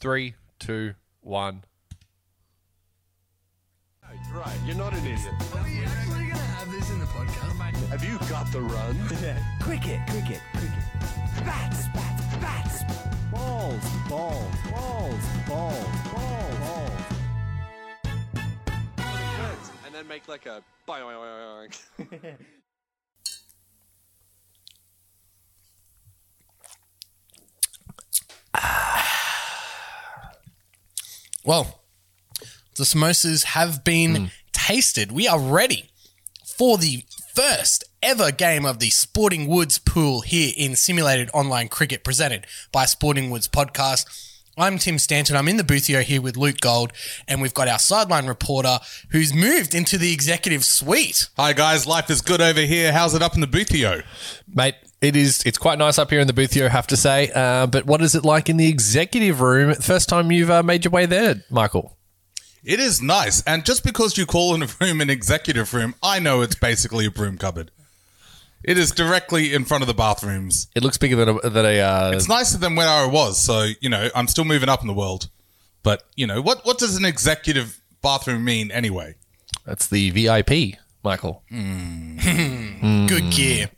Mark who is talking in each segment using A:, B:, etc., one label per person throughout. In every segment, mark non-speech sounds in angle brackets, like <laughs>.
A: Three, two, one.
B: Right, you're not an idiot.
C: Are we actually going to have this in the podcast?
B: Have you got the
C: <laughs>
B: run?
D: Cricket, cricket, cricket. Bats, bats, bats. Balls, balls, balls, balls, balls, balls.
B: and then make like a boing.
E: Well, the samosas have been tasted. We are ready for the first ever game of the Sporting Woods pool here in simulated online cricket presented by Sporting Woods Podcast. I'm Tim Stanton. I'm in the booth here here with Luke Gold, and we've got our sideline reporter who's moved into the executive suite.
F: Hi guys, life is good over here. How's it up in the boothio?
A: Mate, it is. It's quite nice up here in the booth. You have to say. Uh, but what is it like in the executive room? First time you've uh, made your way there, Michael.
F: It is nice, and just because you call in a room an executive room, I know it's basically a broom cupboard. It is directly in front of the bathrooms.
A: It looks bigger than a, than a uh,
F: It's nicer than where I was, so you know I'm still moving up in the world. But you know what? What does an executive bathroom mean anyway?
A: That's the VIP, Michael.
E: Good gear.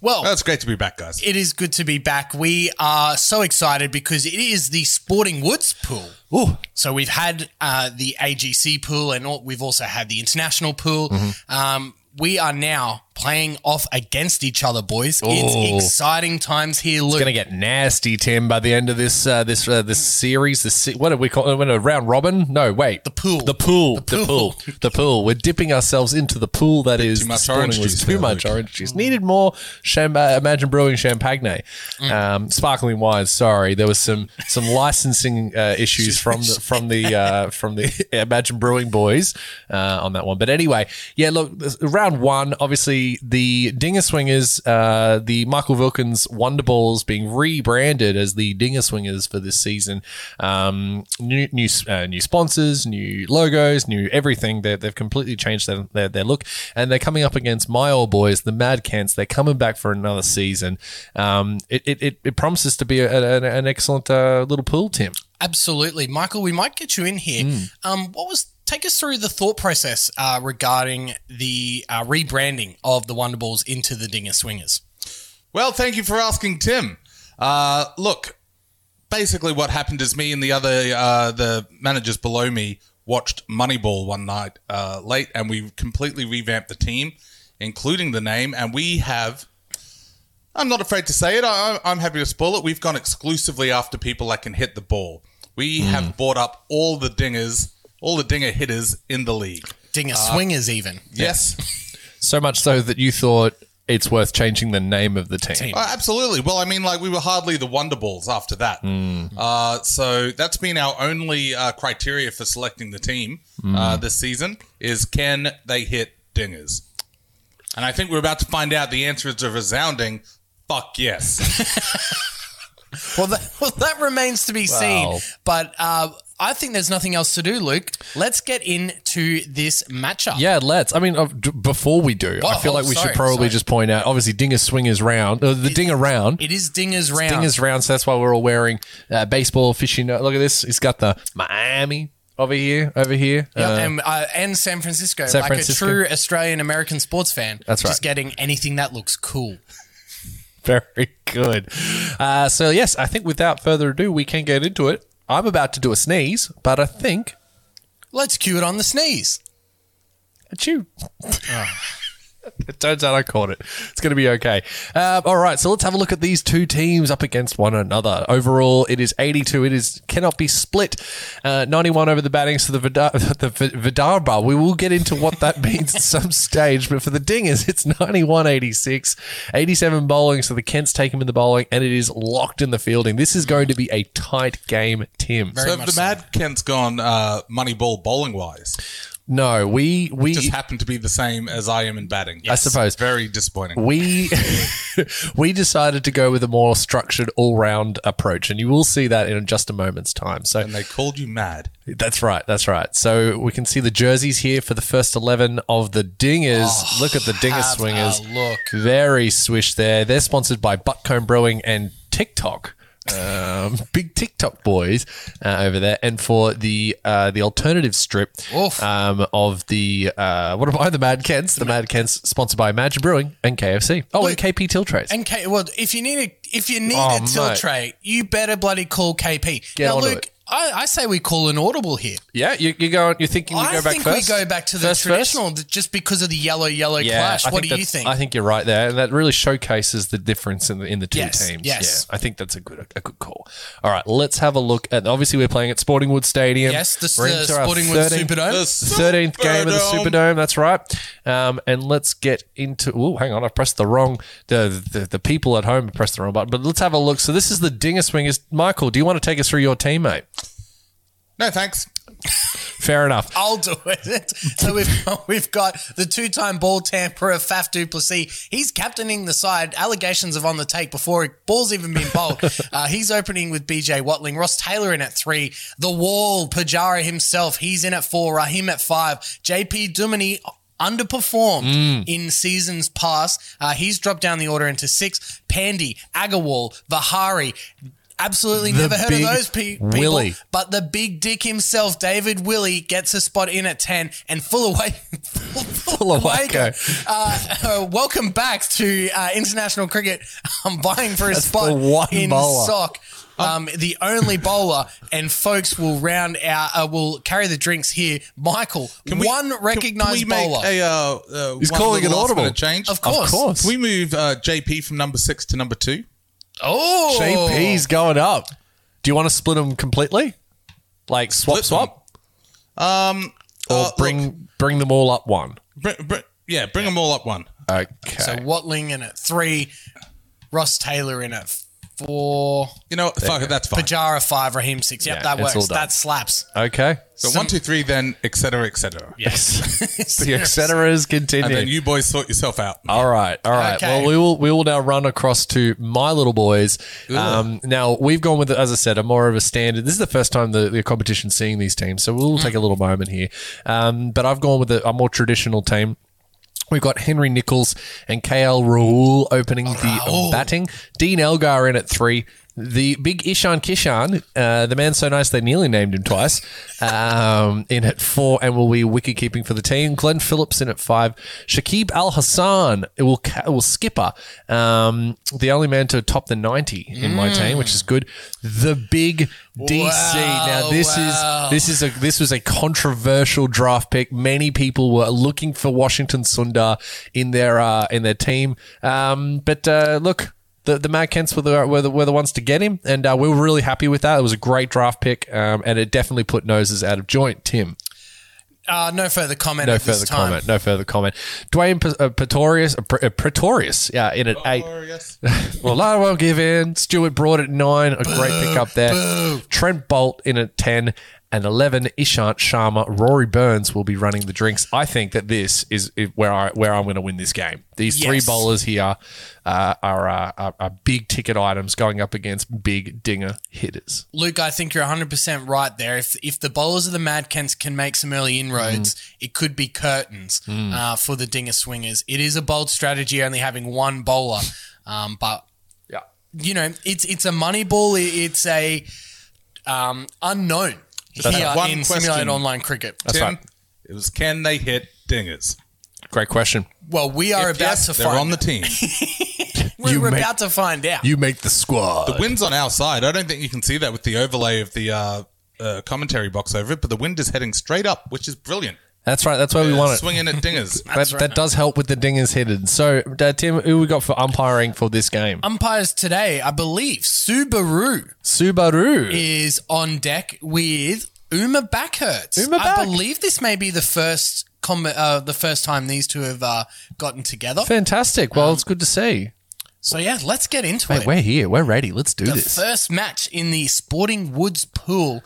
E: Well,
F: That's great to be back, guys.
E: it is good to be back. We are so excited because it is the Sporting Woods pool. So we've had uh, the AGC pool and all, we've also had the international pool. Um, we are now playing off against each other, boys.
A: Ooh.
E: It's exciting times here. Look,
A: It's going to get nasty, Tim, by the end of this uh, this uh, this series. This se- what do we call it? When a round robin? No, wait. The
E: pool.
A: The pool. The pool. the pool. We're dipping ourselves into the pool that is
F: too
A: the
F: much
A: Sporting
F: orange
A: was
F: juice
A: Too
F: there,
A: much
F: Luke.
A: orange juice. Needed more. Cham- uh, imagine brewing champagne,
F: Mm.
A: um, sparkling wine. Sorry, there was some
F: <laughs>
A: some licensing uh, issues from the from the uh, from the <laughs> Imagine Brewing boys uh, on that one. But anyway, yeah. Look, this- round one. Obviously, the Dinger Swingers, uh, the Michael Wilkins Wonder Balls, being rebranded as the Dinger Swingers for this season. Um, new new uh, new sponsors, new logos, new everything. They're, they've completely changed their, their their look, and they're coming up against my old boys, the Mad Kents. They're coming back for another season. Um, it, it, it, it promises to be a, an, an excellent uh, little pool, Tim.
E: absolutely, Michael. We might get you in here. Um, what was? Take us through the thought process uh, regarding the uh, rebranding of the Wonder Balls into the Dinger Swingers.
F: Well, thank you for asking, Tim. Uh, look, basically, what happened is me and the other uh, the managers below me watched Moneyball one night uh, late, and we completely revamped the team, including the name, and we have. I'm not afraid to say it. I, I'm happy to spoil it. We've gone exclusively after people that can hit the ball. We have bought up all the dingers, all the dinger hitters in the league.
E: Dinger Swingers, even.
F: Yes,
A: So much so that you thought it's worth changing the name of the team.
F: Oh, absolutely. Well, I mean, like we were hardly the Wonder Balls after that.
A: Hmm.
F: Uh, so that's been our only uh, criteria for selecting the team uh,
A: Hmm.
F: this season is can they hit dingers? And I think we're about to find out the answer is a resounding
E: <laughs>
F: fuck yes.
E: <laughs> Well, that, well, that remains to be
A: Wow.
E: seen. But uh, I think there's nothing else to do, Luke. Let's get into this matchup.
A: Yeah, let's. I mean, uh, d- before we do, I
E: Well,
A: feel like we
E: Oh, sorry,
A: should probably
E: sorry.
A: just point out. Obviously, Dinger Swingers round, uh, the Dinger round.
E: It is Dinger's round.
A: Dinger's round, so that's why we're all wearing uh, baseball aficionado. Look at this; it's got the Miami over here, over here.
E: Yep,
A: Uh, <laughs>
E: and, uh, and San Francisco,
A: San
E: like
A: Francisco.
E: a true Australian American sports fan.
A: That's right.
E: Just getting anything that looks cool.
A: Very good. Uh, so yes, I think without further ado, we can get into it. I'm about to do a sneeze, but I think
E: Let's cue it on the sneeze.
A: Achoo. Ah. <laughs> it turns out I caught it. It's going to be okay. Um, all right, so let's have a look at these two teams up against one another. Overall, it is 82. It is cannot be split. Uh, 91 over the batting, so the Vida- <laughs> the Vi- Vidarbha. We will get into what that <laughs> means at some stage, but for the Dingers, it's 91 86, 87 bowling, so the Kents take him in the bowling, and it is locked in the fielding. This is going to be a tight game, Tim.
F: so if the Mad Kent's gone uh, Moneyball bowling wise,
A: no, we we
F: just happened to be the same as I am in batting. Yes.
A: suppose.
F: Very disappointing.
A: we <laughs> we decided to go with a more structured all-round approach and you will see that in just a moment's time so
F: and they called
A: <laughs>
F: you mad.
A: that's right that's right so we can see the jerseys here for the first 11 of the dingers look at the dinger swingers
E: Oh, a look.
A: very swish there they're sponsored by buttcombe brewing and tiktok um, <laughs> big TikTok boys uh, over there, and for the uh, the alternative strip
E: Oof.
A: um, of the uh, what am I? The Mad Kents, the Mad Kents, sponsored by Imagine Brewing and KFC. Oh, and KP Tiltrays.
E: And K, well, if you need a if you need
A: Oh,
E: a tilt
A: mate.
E: tray, you better bloody call KP.
A: Get
E: now,
A: onto
E: Luke,
A: it.
E: I, I say we call an audible here.
A: Yeah, you, you go. You're thinking we
E: I
A: go back
E: think
A: first.
E: we go back to the
A: First, first?
E: traditional th- just because of the yellow yellow clash.
A: I
E: what do you
A: that's-
E: think?
A: I think you're right there, and that really showcases the difference in the in the two
E: Yes,
A: teams.
E: yes.
A: Yeah, I think that's a good a good call. All right, let's have a look at. Obviously, we're playing at Sporting Wood Stadium.
E: yes, the,
A: We're
E: the
A: into our
E: Sporting with
A: 13th
E: Superdome.
A: Thirteenth game of the
F: Superdome.
A: Superdome. That's right. Um, and let's get into. Oh, hang on, I pressed the wrong. The, the the people at home pressed the wrong button. But let's have a look. So this is the Dinger Swingers. Michael, do you want to take us through your teammate?
F: No, thanks.
A: Fair enough.
E: <laughs> I'll do it. so we've got, we've got the two-time ball tamperer Faf Duplessis. He's captaining the side. Allegations of on the take before ball's even been bowled. uh, he's opening with BJ Watling, Ross Taylor in at three, the Wall Pajara himself. He's in at four. Raheem at five. JP Duminy underperformed in seasons past. Uh, he's dropped down the order into six. Pandy, Agarwal, Vahari. Absolutely never heard of
A: big
E: those pe- people.
A: Willy.
E: But the big dick himself, David Willie, gets a spot in at 10 and full away. full
A: Fulawaka.
E: Uh, uh, welcome back to uh, international cricket. <laughs> I'm vying for a spot
A: the one
E: in
A: bowler.
E: sock. Um, the only bowler and folks will round out, uh, will carry the drinks here. Michael,
F: Can we-
E: one
F: can-
E: recognized
F: can we make
E: bowler.
F: A, uh, uh,
A: He's
F: one
A: calling
F: little
A: an
F: last
A: audible.
F: minute Change.
E: Of course.
A: Of course.
F: Can we move uh, JP from number six to number two?
E: oh,
A: JP's going up. Do you want to split them completely? Like swap,
F: Split
A: swap,
F: Uh,
A: or
F: look,
A: bring bring them all up one.
F: br- br- yeah, bring them all up one.
A: Okay.
E: So Watling in at three, Ross Taylor in at four.
F: You know, what? fuck it, that's fine.
E: Pajara five, Raheem six. Yep,
A: Yeah,
E: that
A: it's all
E: works.
A: done. <laughs>
E: That slaps.
A: okay.
F: So one, two, three, then et cetera, et cetera.
A: <laughs>
F: <laughs>
A: Yes. the et cetera is
F: And then
A: continued.
F: you boys sort yourself out.
A: all right, all right.
E: Okay.
A: Well, we will we will now run across to my little boys. Um, now we've gone with, as I said, a more of a standard. This is the first time the, the competition's seeing these teams, so
F: Mm.
A: we'll take a little moment here. Um, but I've gone with a, a more traditional team. We've got Henry Nichols and KL Rahul opening the batting. Dean Elgar in at three. The big Ishan Kishan, uh, the man so nice they nearly named him twice, um, in at four and will be wicket keeping for the team. Glenn Phillips in at five. Shakib Al Hassan it will ca- it will skipper, um, the only man to top the ninety in my team, which is good. The big DC. now this
E: Oh.
A: is this is a this was a controversial draft pick. Many people were looking for Washington Sundar in their uh, in their team, um, but uh, look. The, the Mad Kents were the, were the were the ones to get him, and uh, we were really happy with that. It was a great draft pick, um, and it definitely put noses out of joint. Tim,
E: <laughs> Uh, no further comment.
A: no
E: at
A: further
E: this time.
A: comment. No further comment. Dwayne P- uh, Pretorius, uh, Pre- uh, Pretorius, yeah, in at
E: Oh,
A: eight. <laughs>
F: Yes.
A: Well, Lana won't give in. Stewart Broad at nine. A great pick up there. Trent Bolt in at 10. And 11, Ishant Sharma. Rory Burns will be running the drinks. I think that this is is where, I, where I'm going to win this game. These three
E: Yes.
A: bowlers here uh, are, uh, are, are big ticket items going up against big dinger hitters.
E: Luke, I think you're 100 percent right there. If if the bowlers of the Mad Kents can make some early inroads,
A: Mm.
E: it could be curtains uh, for the Dinger Swingers. It is a bold strategy, only having one bowler, um, but
A: Yeah.
E: you know it's it's a money ball. It- It's a um, unknown here
F: have one
E: in
F: question.
E: simulated online cricket.
A: That's
F: Tim,
A: right.
F: it was can they hit dingers?
A: Great question.
E: Well, we are about
F: yes,
E: to
F: they're on
E: find.
F: the team.
E: we're
A: You make-
E: about to find out.
A: You make the squad.
F: the wind's on our side. I don't think you can see that with the overlay of the uh, uh, commentary box over it, but the wind is heading straight up, which is brilliant.
A: That's right. That's why we want it.
F: Swinging
A: <laughs>
F: at dingers.
A: That, that does help with the dingers headed. So, uh, Tim, who we got for umpiring for this game?
E: Umpires today, I believe, Subaru.
A: Subaru.
E: is on deck with Uma Backhurts.
A: Uma
E: I
A: Back.
E: believe this may be the first com- uh, the first time these two have uh, gotten together.
A: Fantastic. Well, it's good to see.
E: So yeah, let's get into
A: Mate,
E: it.
A: Um, we're here. We're ready. Let's do
E: the
A: this. Hmm.
E: first match in the Sporting Woods pool.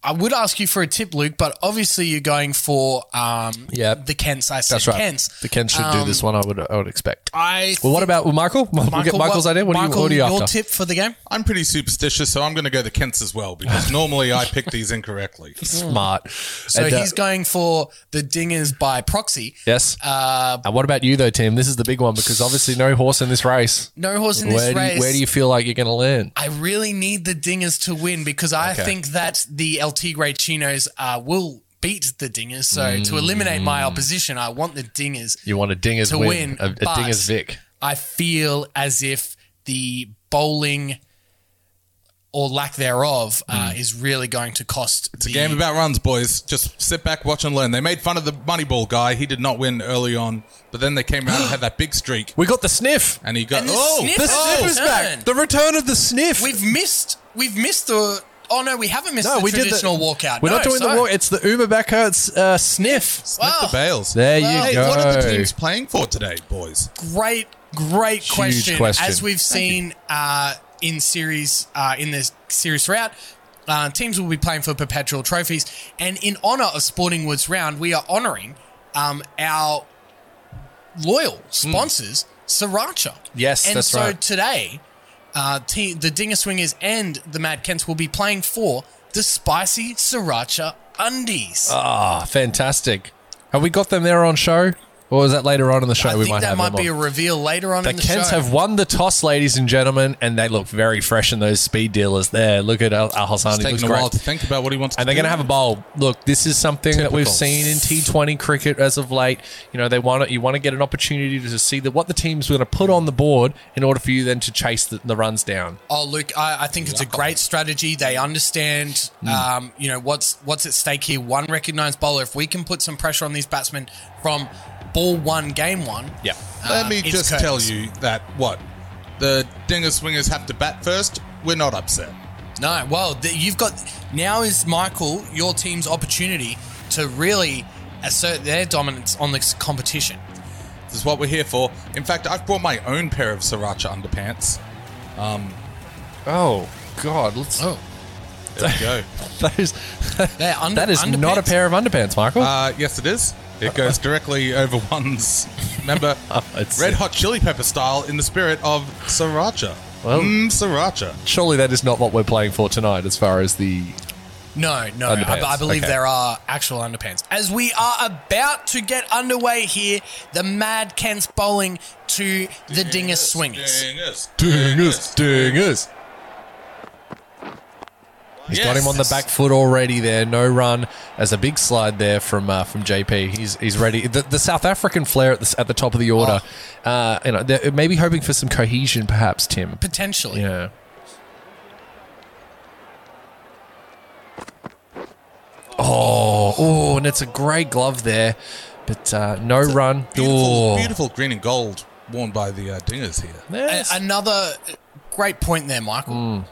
E: I would ask you for a tip, Luke, but obviously you're going for um,
A: Yep.
E: the Kents. I said
A: That's right.
E: Kents. Um,
A: The Ken should do this one. I would I would expect.
E: I
A: well, what about well, Michael? we'll get Michael's idea. What
E: Michael,
A: do you, what are you
E: your
A: after?
E: tip for the game?
F: I'm pretty superstitious, so I'm going to go the Kents as well because normally I pick these incorrectly.
A: Smart.
E: Hmm. So
A: And, uh,
E: he's going for the dingers by proxy.
A: yes.
E: Uh,
A: and what about you though, Tim? This is the big one because obviously no horse in this race.
E: No horse in this
A: Where do,
E: race. Uh,
A: you, where do you feel like you're going to land?
E: I really need the dingers to win because I
A: Okay.
E: think that the El Tigre Chinos uh, will beat the dingers. So to
A: Mm.
E: eliminate my opposition, I want the dingers.
A: You want a dingers
E: To win,
A: a, a
E: but-
A: dingers Vic.
E: I feel as if the bowling or lack thereof uh,
A: Mm.
E: is really going to cost.
F: It's a game about runs, boys. Just sit back, watch, and learn. They made fun of the Moneyball guy. He did not win early on, but then they came around and had that big streak.
A: We got the sniff.
F: And he got
E: And the
F: oh,
E: sniff-
A: The
E: Oh,
A: sniff is
E: return.
A: back. The return of the sniff.
E: We've missed. We've missed the. Oh no, we haven't missed
A: no,
E: the
A: we did the
E: traditional walkout.
A: We're
E: No,
A: not doing the
E: sorry.
A: walk. It's the Uber Becker. It's uh, sniff.
F: sniff
E: Wow.
F: the bales.
A: There you
E: Hey,
A: go.
F: What are the teams playing for today, boys?
E: great, great question.
A: question.
E: As we've seen uh, in series uh, in this series route, uh, teams will be playing for perpetual trophies, and in honor of Sporting Woods Round, we are honouring um, our loyal sponsors, Sriracha.
A: Hmm. Yes,
E: and
A: that's
E: so
A: right.
E: today, uh, te- the Dinger Swingers and the Mad Kents will be playing for the spicy Sriracha undies.
A: Ah, fantastic. Have we got them there on show? Or is that later on in the show?
E: I
A: we
E: think
A: might
E: that
A: have
E: might
A: them
E: be a
A: on.
E: reveal later on
A: the
E: in the
A: Kents
E: show.
A: have won the toss, ladies and gentlemen, and they look very fresh in those speed dealers there. Look at Al, Al Hassani.
F: It's
A: looks
F: taking a
A: great.
F: while to think about what he wants.
A: And
F: to
A: they're going to
F: do.
A: have a bowl. Look, this is something that we've
F: Typical.
A: seen in T20 cricket as of late. You know, they want to, you want to get an opportunity to see that what the team's going to put on the board in order for you then to chase the, the runs down.
E: Oh, look, I, I think it's a great strategy. They understand,
A: Hmm.
E: um, you know, what's what's at stake here. One recognised bowler. If we can put some pressure on these batsmen from ball one, game one.
A: Yeah.
F: Let
E: Uh,
F: me
E: it's
F: just
E: curtains.
F: tell you that what the dinger swingers have to bat first. We're not upset.
E: No, well, th- you've got now is Michael your team's opportunity to really assert their dominance on this competition.
F: This is what we're here for. In fact, I've brought my own pair of sriracha underpants.
A: Oh, God. Let's, <laughs>
E: Oh,
F: There we go.
A: those,
E: they're under,
A: <laughs> that is not a
E: underpants.
A: pair of underpants, Michael.
F: Uh, yes, it is. It goes directly over one's.
A: <laughs>
F: Remember,
A: <laughs> It's-
F: red hot chili pepper style in the spirit of sriracha.
A: Well-
F: mm, sriracha.
A: Surely that is not what we're playing for tonight as far as the
E: No, no. I,
A: Underpants,
E: I believe
A: okay.
E: there are actual underpants. As we are about to get underway here, the Mad Kent's bowling to the Dinger Swingers.
F: Dingus.
A: Dingus, dingus. He's got him on the back foot already there. No run. There's a big slide there from uh, from JP. He's he's ready. The, the South African flair at the, s- at the top of the order.
F: Oh.
A: Uh, you know, they're maybe hoping for some cohesion, perhaps, Tim.
E: Potentially.
A: Yeah. Oh, oh, and it's a great glove there, but uh, no run.
F: Beautiful,
A: oh.
F: beautiful green and gold worn by the uh, dingers here.
E: A-
A: Yes.
E: another great point there, Michael.
A: Mm.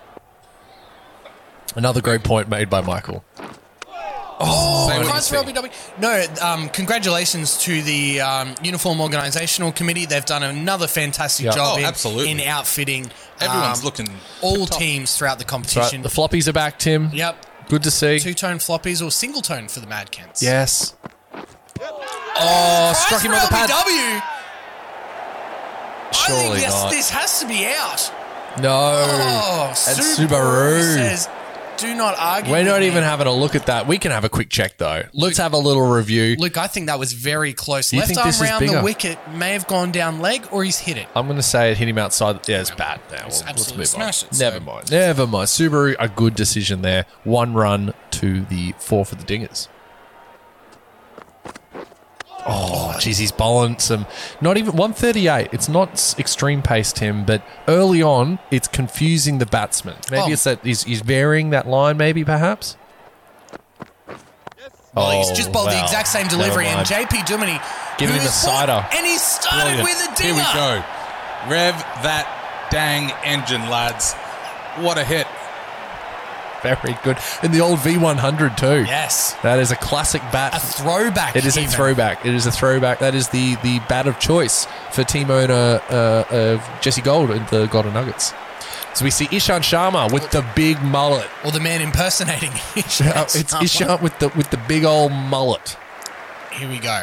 A: Another great point made by Michael.
F: Same with
E: Congrats,
F: the
E: Robbie W. No, um, congratulations to the um, Uniform Organisational Committee. They've done another fantastic
A: Yeah.
E: job
F: Oh,
E: in,
F: absolutely.
E: in outfitting
F: Everyone's
E: um,
F: looking
E: all
F: top.
E: teams throughout the
A: Right,
E: competition.
A: the floppies are back, Tim.
E: yep.
A: Good to see.
E: Two tone floppies or single tone for the Mad Kents.
A: Yes. Oh, struck him on the pad.
E: W. I think
A: Surely
E: yes,
A: not.
E: this has to be out.
A: No.
E: Oh,
A: and Subaru.
E: says, "Do not argue."
A: We're
E: with
A: not
E: me."
A: even having a look at that. We can have a quick check though. Let's have a little review.
E: Luke, I think that was very close.
A: You
E: Left
A: think
E: arm
A: this is
E: round the
A: bigger?
E: wicket may have gone down leg, or he's hit it.
A: I'm going to say it hit him outside. Yeah, it's bad. Now we'll- let's
E: absolute
A: move
E: smash
A: on.
E: it, so-
A: Never mind. Never mind. Subaru, a good decision there. One run to the four for the dingers. Oh, jeez, he's bowling some. Not even 138. It's not s- extreme pace, Tim, but early on, it's confusing the batsman. Maybe
E: Oh.
A: it's that he's, he's varying that line. Maybe perhaps.
E: Well, he's just bowled the
A: Oh, wow.
E: exact same
A: Never
E: delivery, and
A: mind.
E: JP Duminy
A: Giving
E: who
A: him a
E: is
A: sider.
E: what- and he started
F: Brilliant.
E: with a
F: Here
E: dinger.
F: we go. Rev that dang engine, lads. What a hit.
A: Very good. And the old V100 too.
E: Yes,
A: That is a classic bat.
E: a throwback.
A: It is a
E: even.
A: throwback. It is a throwback. That is the the bat of choice for team owner uh, of Jesse Gold and the Golden Nuggets. So we see Ishan Sharma with the big mullet.
E: Or the man impersonating <laughs> Ishan.
A: Uh, it's
E: Sharma.
A: Ishan with the with the big old mullet.
E: Here we go.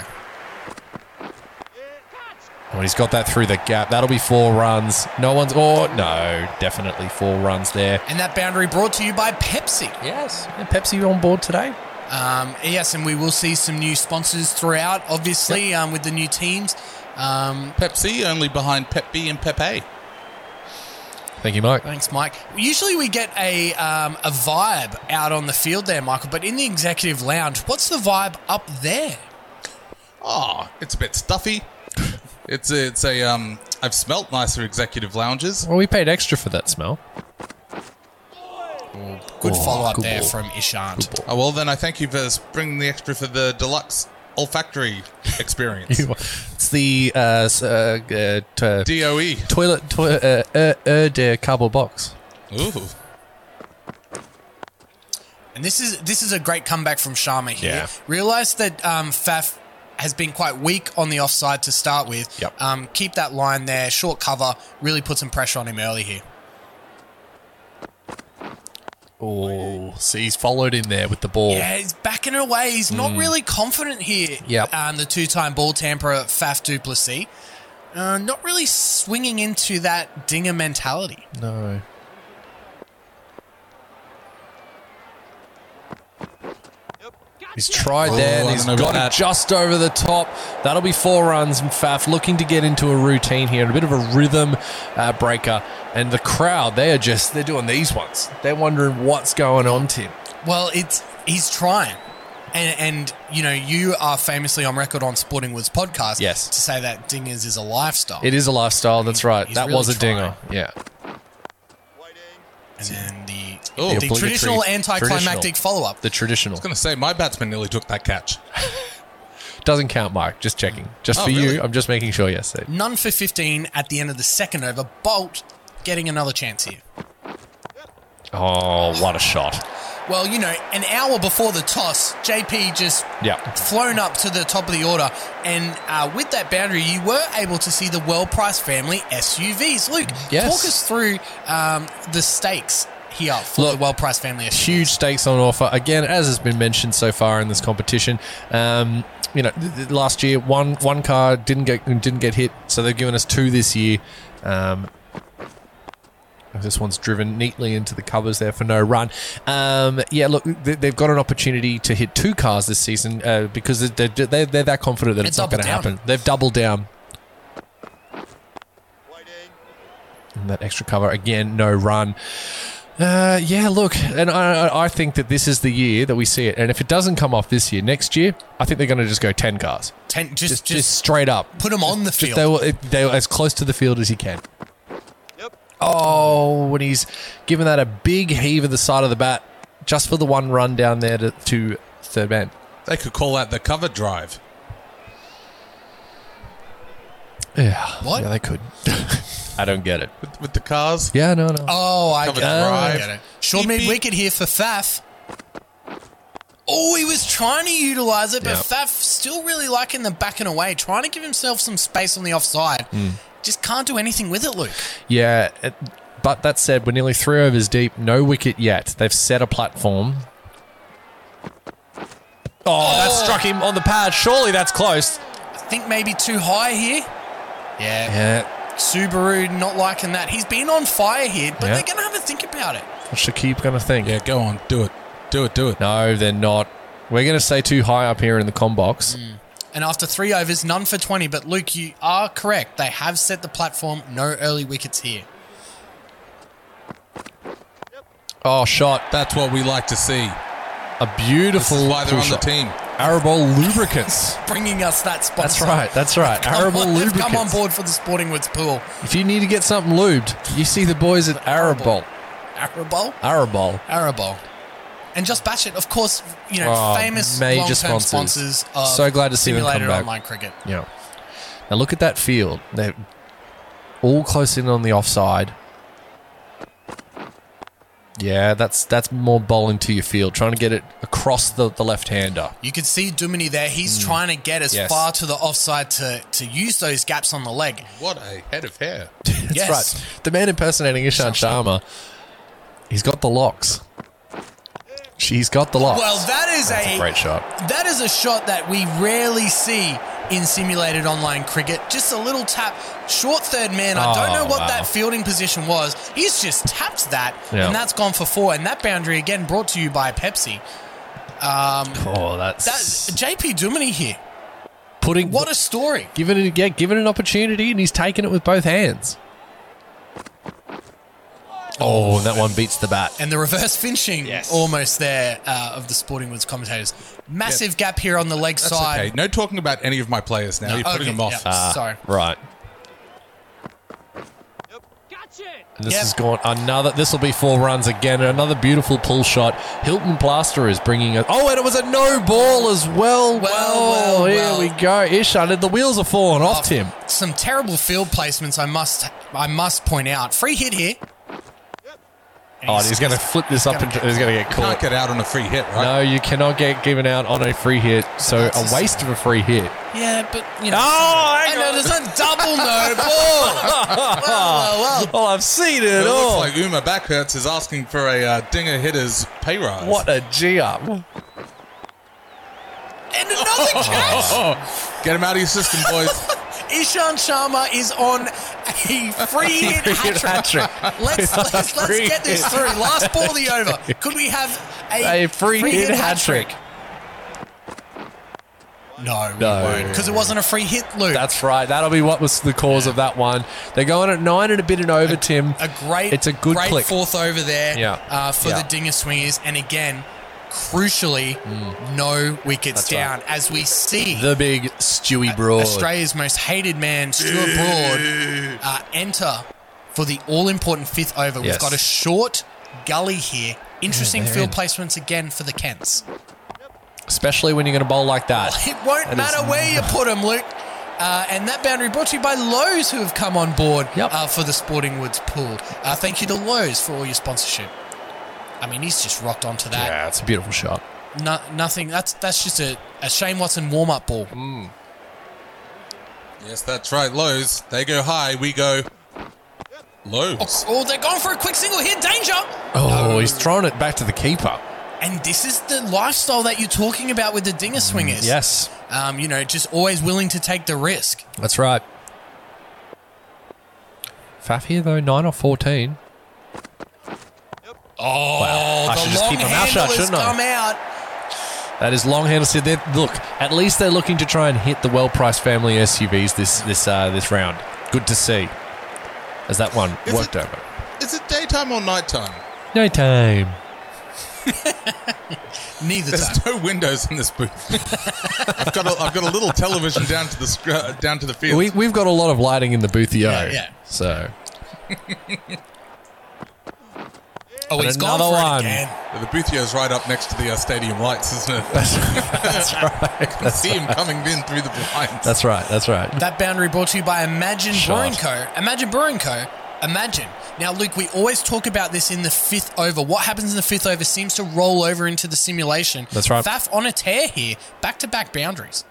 A: Oh, he's got that through the gap. That'll be four runs. No one's. Oh no, definitely four runs there.
E: And that boundary brought to you by Pepsi.
A: Yes, and Pepsi on board today.
E: Um, yes, and we will see some new sponsors throughout, obviously, um, with the new teams. Um,
F: Pepsi only behind Pep B and Pepe.
A: Thank you, Mike.
E: thanks, Mike. Usually we get a, um, a vibe out on the field there, Michael, but in the executive lounge, what's the vibe up there?
F: Ah, it's a bit stuffy. <laughs> It's a, it's a um. I've smelt nicer executive lounges.
A: Well, we paid extra for that smell. <laughs>
E: Good
A: Oh,
E: follow up
A: good
E: there
A: ball.
E: from Ishant.
F: Oh well, then I thank you for bringing the extra for the deluxe <laughs> olfactory experience.
A: It's the uh, s- uh, uh, t-
F: Doe.
A: toilet toilet uh, uh, uh, de cardboard box.
F: Ooh.
E: And this is this is a great comeback from Sharma here.
A: Yeah.
E: Realize that um, Faf has been quite weak on the offside to start with.
A: Yep.
E: Um, keep that line there. Short cover really put some pressure on him early here.
A: Oh, see, he's followed in there with the ball.
E: Yeah, he's backing away. He's not really confident here.
A: Mm. Yep.
E: Um, the two-time ball tamperer Faf Duplessis, uh, not really swinging into that dinger mentality.
A: No. He's tried there. and
F: I
A: he's
F: don't know
A: got it
F: about that.
A: just over the top. That'll be four runs. And Faf looking to get into a routine here, and a bit of a rhythm uh, breaker. And the crowd, they are just they're doing these ones. They're wondering what's going on, Tim.
E: Well, it's he's trying. And, and you know you are famously on record on Sporting Woods podcast
A: Yes.
E: to say that dingers is a lifestyle.
A: It is a lifestyle. That's right.
E: he's
A: That
E: really
A: was a
E: trying.
A: dinger. Yeah.
E: and then the,
F: Oh,
E: the
A: obligatory
E: traditional anticlimactic
A: traditional.
E: follow up.
A: The traditional
F: I was going to say, my batsman nearly took that catch.
A: doesn't count, Mike. Just checking. Just
F: Oh,
A: for
F: really?
A: you. I'm just making sure. Yes.
E: None for 15 at the end of the second over. Bolt getting another chance here.
A: Oh, what a shot!
E: Well, you know, an hour before the toss, JP just
A: Yeah.
E: flown up to the top of the order. And uh, with that boundary, you were able to see the well priced family SUVs. Luke,
A: Yes.
E: talk us through um, the stakes here for
A: Look,
E: the well priced family SUVs.
A: huge stakes on offer again, as has been mentioned so far in this competition. Um, you know, th- th- last year one one car didn't get didn't get hit, so they've given us two this year. Um, this one's driven neatly into the covers there for no run. Um, yeah, look, th- they've got an opportunity to hit two cars this season uh, because they're, they're, they're that confident that
E: They
A: it's not going
E: doubled
A: to
E: down.
A: happen. They've doubled down. And that extra cover again, no run. Uh, yeah, look, and I, I- I think that this is the year that we see it. And if it doesn't come off this year, next year, I think they're going to just go ten cars,
E: Ten,
A: just,
E: just,
A: just
E: just,
A: straight up.
E: put them on the
A: Just
E: field.
A: they will, they were as close to the field as he can.
B: Yep.
A: Oh, when he's given that a big heave of the side of the bat, just for the one run down there to, to third man.
F: They could call that the cover drive.
A: Yeah,
E: What?
A: Yeah, they could. <laughs> I don't get it.
F: With, with the cars?
A: Yeah, no, no.
E: Oh, I
F: Covered
E: get, it. I
F: drive.
E: get it. Short
F: Beep,
E: mid
F: beep.
E: wicket here for Faf. Oh, he was trying to utilise it, but
A: Yeah.
E: Faf still really liking the backing away, trying to give himself some space on the offside.
A: Hmm.
E: Just can't do anything with it, Luke.
A: Yeah, it- but that said, we're nearly three overs deep. No wicket yet. They've set a platform. Oh, that struck him on the pad. Surely that's close.
E: I think maybe too high here. Yeah.
A: Yeah,
E: Subaru not liking that. He's been on fire here, but
A: Yeah.
E: they're going to have a think about it.
A: what's Shakib going to think?
F: Yeah, go on. Do it. Do it. Do it.
A: No, they're not. We're going to stay too high up here in the com box.
F: Mm.
E: And after three overs, none for 20. But Luke, you are correct. They have set the platform. No early wickets here.
A: Oh, shot.
F: That's what we like to see.
A: A
F: This
A: beautiful
F: is why they're
A: pull
F: on the
A: shot.
F: team.
A: Arable
F: <laughs>
A: lubricants.
E: Bringing us that spot.
A: That's right. That's right.
E: Come
A: Arable
E: on, they've
A: lubricants.
E: come on board for the Sporting Woods pool.
A: If you need to get something lubed, you see the boys at Arable.
E: Arable?
A: Arable.
E: Arable. And Just Bash It, of course, you know,
A: Oh,
E: famous
A: major
E: long-term
A: sponsors.
E: sponsors of
A: So glad to see them come
E: simulated
A: back.
E: online cricket.
A: Yeah. Now look at that field. They're all close in on the offside. Yeah, that's that's more bowling to your field, trying to get it across the, the left hander.
E: You can see Dumini there. He's trying to get as
A: Hmm. Yes.
E: far to the offside to, to use those gaps on the leg.
F: What a head of <laughs> hair.
A: <laughs> That's
E: Yes.
A: right. The man impersonating Ishan Sharma, he's got the locks. She's got the locks.
E: Well, that is
A: That's a
E: a
A: great shot.
E: That is a shot that we rarely see in simulated online cricket. Just a little tap, short third man. I don't
A: Oh,
E: know what
A: wow.
E: that fielding position was. He's just tapped that,
A: Yeah.
E: and that's gone for four. And that boundary again brought to you by Pepsi.
A: Oh, that's,
E: That JP Duminy here.
A: putting
E: What a story!
A: given it yeah, given an opportunity, and he's taken it with both hands. Oh, and that one beats the bat.
E: And the reverse finching almost there uh, of the Sporting Woods commentators. Massive gap here on the leg
F: That's
E: side.
F: okay. No talking about any of my players now. You're putting
E: Okay,
F: them off.
E: yeah, sorry.
A: Ah, Right. And this
E: Yep.
A: has gone another. This will be four runs again, and another beautiful pull shot. Hilton Plaster is bringing it. Oh, and it was a no ball as well. Well,
E: well,
A: here
E: well.
A: we go. Ishan, the wheels are falling off, Tim.
E: Some terrible field placements. I must, I must point out. Free hit here. And
A: Oh, and he's going to flip this up, and he's going to get
F: Can't
A: caught.
F: get out on a free hit, right?
A: No, you cannot get given out on a free hit. So
E: that's
A: a
E: a-
A: waste of a free hit.
E: Yeah, but you know.
A: Oh,
E: I know there's a double no
A: <laughs>
E: ball. well, well, well.
A: Oh, I've seen it
F: It
A: all.
F: looks like Uma Backhurts is asking for a uh, dinger hitter's pay rise.
A: what a G up.
E: And another
A: <laughs>
E: catch.
F: Get him out of your system, <laughs> boys.
E: Ishan Sharma is on a
A: <laughs>
E: free hit
A: Free
E: hat trick.
A: hat-trick.
E: Let's let's, let's
A: Free
E: get this
A: hit.
E: through. Last ball of the
A: <laughs>
E: over. Could we have a,
A: A free, hit, hat trick.
E: No, we
A: No.
E: won't. Because it wasn't a free hit, Luke.
A: That's right. That'll be what was the cause of that one. They're going at nine and a bit and over, Tim.
E: a great
A: It's a good
E: great
A: click.
E: fourth over there
A: Yeah.
E: uh, for
A: Yeah.
E: the Dinger Swingers. And again, crucially, no wickets
A: That's
E: down as we see
A: The big Stewie Broad.
E: Australia's most hated man, Stuart Broad, uh, enter for the all important fifth over. We've
A: Yes.
E: got a short gully here. Interesting
A: they're
E: field
A: in.
E: placements again for the Kents.
A: Especially when you're going to bowl like that.
E: It won't
A: That is-
E: matter where you put them, Luke. Uh, and that boundary brought to you by Lowe's, who have come on board
A: Yep.
E: uh, for the Sporting Woods pool. Uh, thank you to Lowe's for all your sponsorship. I mean, he's just rocked onto that.
A: Yeah, it's a beautiful shot.
E: No, nothing. That's that's just a, a Shane Watson warm up ball.
A: Um,
F: yes, that's right. Lows. They go high. We go lows.
E: Oh, they're going for a quick single here. Danger.
A: Oh, he's throwing it back to the keeper.
E: And this is the lifestyle that you're talking about with the dinger swingers.
A: Mm, Yes,
E: Um, you know, just always willing to take the risk.
A: that's right. Faf here, though, 9 or 14.
E: Oh,
A: I should
E: the
A: just
E: long
A: keep my mouth shut,
E: handle has
A: shouldn't I?
E: come out.
A: That is long handle. So they're- Look, at least they're looking to try and hit the well-priced family SUVs this this uh, this round. Good to see. As that one
F: Is
A: worked
F: it-
A: over.
F: Is it daytime or nighttime?
A: No time.
E: Neither time.
F: There's no windows in this booth. <laughs> I've got a, I've got a little television down to the scr- uh, down to the field.
A: We, we've got a lot of lighting in the boothio.
E: Yeah, yeah.
A: So
E: Oh, he's gone
A: another
E: for
A: one.
E: it again.
F: the boothio's right up next to the uh, stadium lights, isn't it? That's
A: <laughs>
F: right. I can see him coming in through the blinds.
A: that's right. That's right.
E: That boundary brought to you by Imagine
A: Shot.
E: Brewing Co. Imagine Brewing Co. Imagine. Now, Luke, we always talk about this in the fifth over. What happens in the fifth over seems to roll over into the simulation.
A: That's right.
E: Faf on a tear here, back to back boundaries.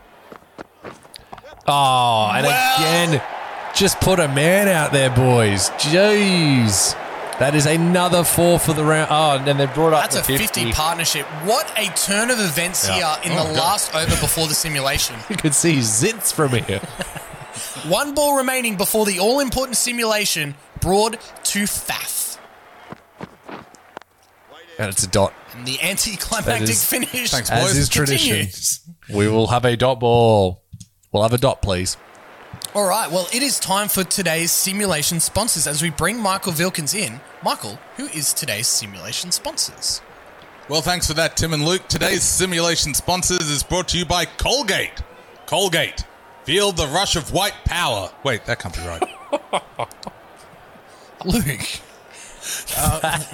A: Oh, and
E: Well-
A: again, just put a man out there, boys. Jeez. That is another four for the round. Oh, and they brought up
E: That's
A: the
E: a 50. partnership. What a turn of events
A: Yeah. Oh,
E: here in the last over before the simulation.
A: <laughs> You could see zits from here.
E: One ball remaining before the all important simulation. Broad to Faf.
A: and it's a dot.
E: And the anticlimactic
A: That is-
E: finish.
F: Thanks,
A: As
F: boys.
A: is tradition. We will have a dot ball. We'll have a dot, please.
E: All right, well, it is time for today's simulation sponsors as we bring Michael Vilkins in. Michael, who is today's simulation sponsors?
F: Well, thanks for that, Tim and Luke. Today's simulation sponsors is brought to you by Colgate. Colgate, feel the rush of white power. Wait, that can't be right.
E: Luke. Luke,
A: <laughs>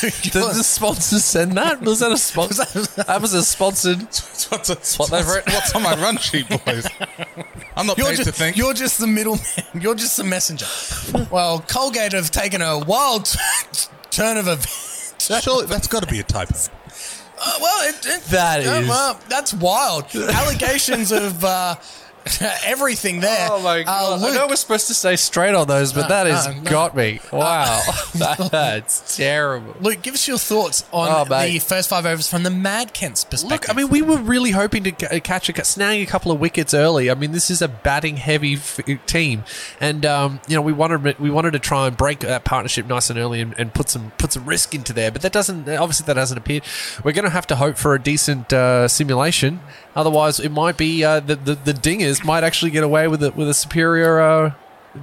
A: Did
E: you're-
A: the sponsors send that? <laughs> Was that a sponsor? that was a sponsored.
F: It's what's, it's
A: What they've
F: what's-
A: written.
F: what's on my run sheet, boys? I'm not
E: You're
F: paid to
E: just,
F: think.
E: you're just the <laughs> middleman. You're just the messenger. Well, Colgate have taken a wild turn of events.
F: Surely that's got to be a typo.
E: Uh, well, it, it,
A: That
E: uh,
A: is-
E: well, that's wild. Allegations of uh, <laughs> everything there.
A: Oh <laughs> my
E: Uh,
A: god! I
E: Luke,
A: know we're supposed to stay straight on those, but that has
E: no, no.
A: got me. <laughs> Wow, that's terrible.
E: Luke, give us your thoughts on
A: Oh, mate.
E: the first five overs from the Mad Kent's perspective.
A: Look, I mean, we were really hoping to ca- catch a snag a couple of wickets early. I mean, this is a batting heavy f- uh, team, and um, you know we wanted we wanted to try and break that partnership nice and early and, and put some put some risk into there. But that doesn't obviously that hasn't appeared. We're going to have to hope for a decent uh, simulation, otherwise it might be uh, the, the the dingers might actually get away with it with a superior uh,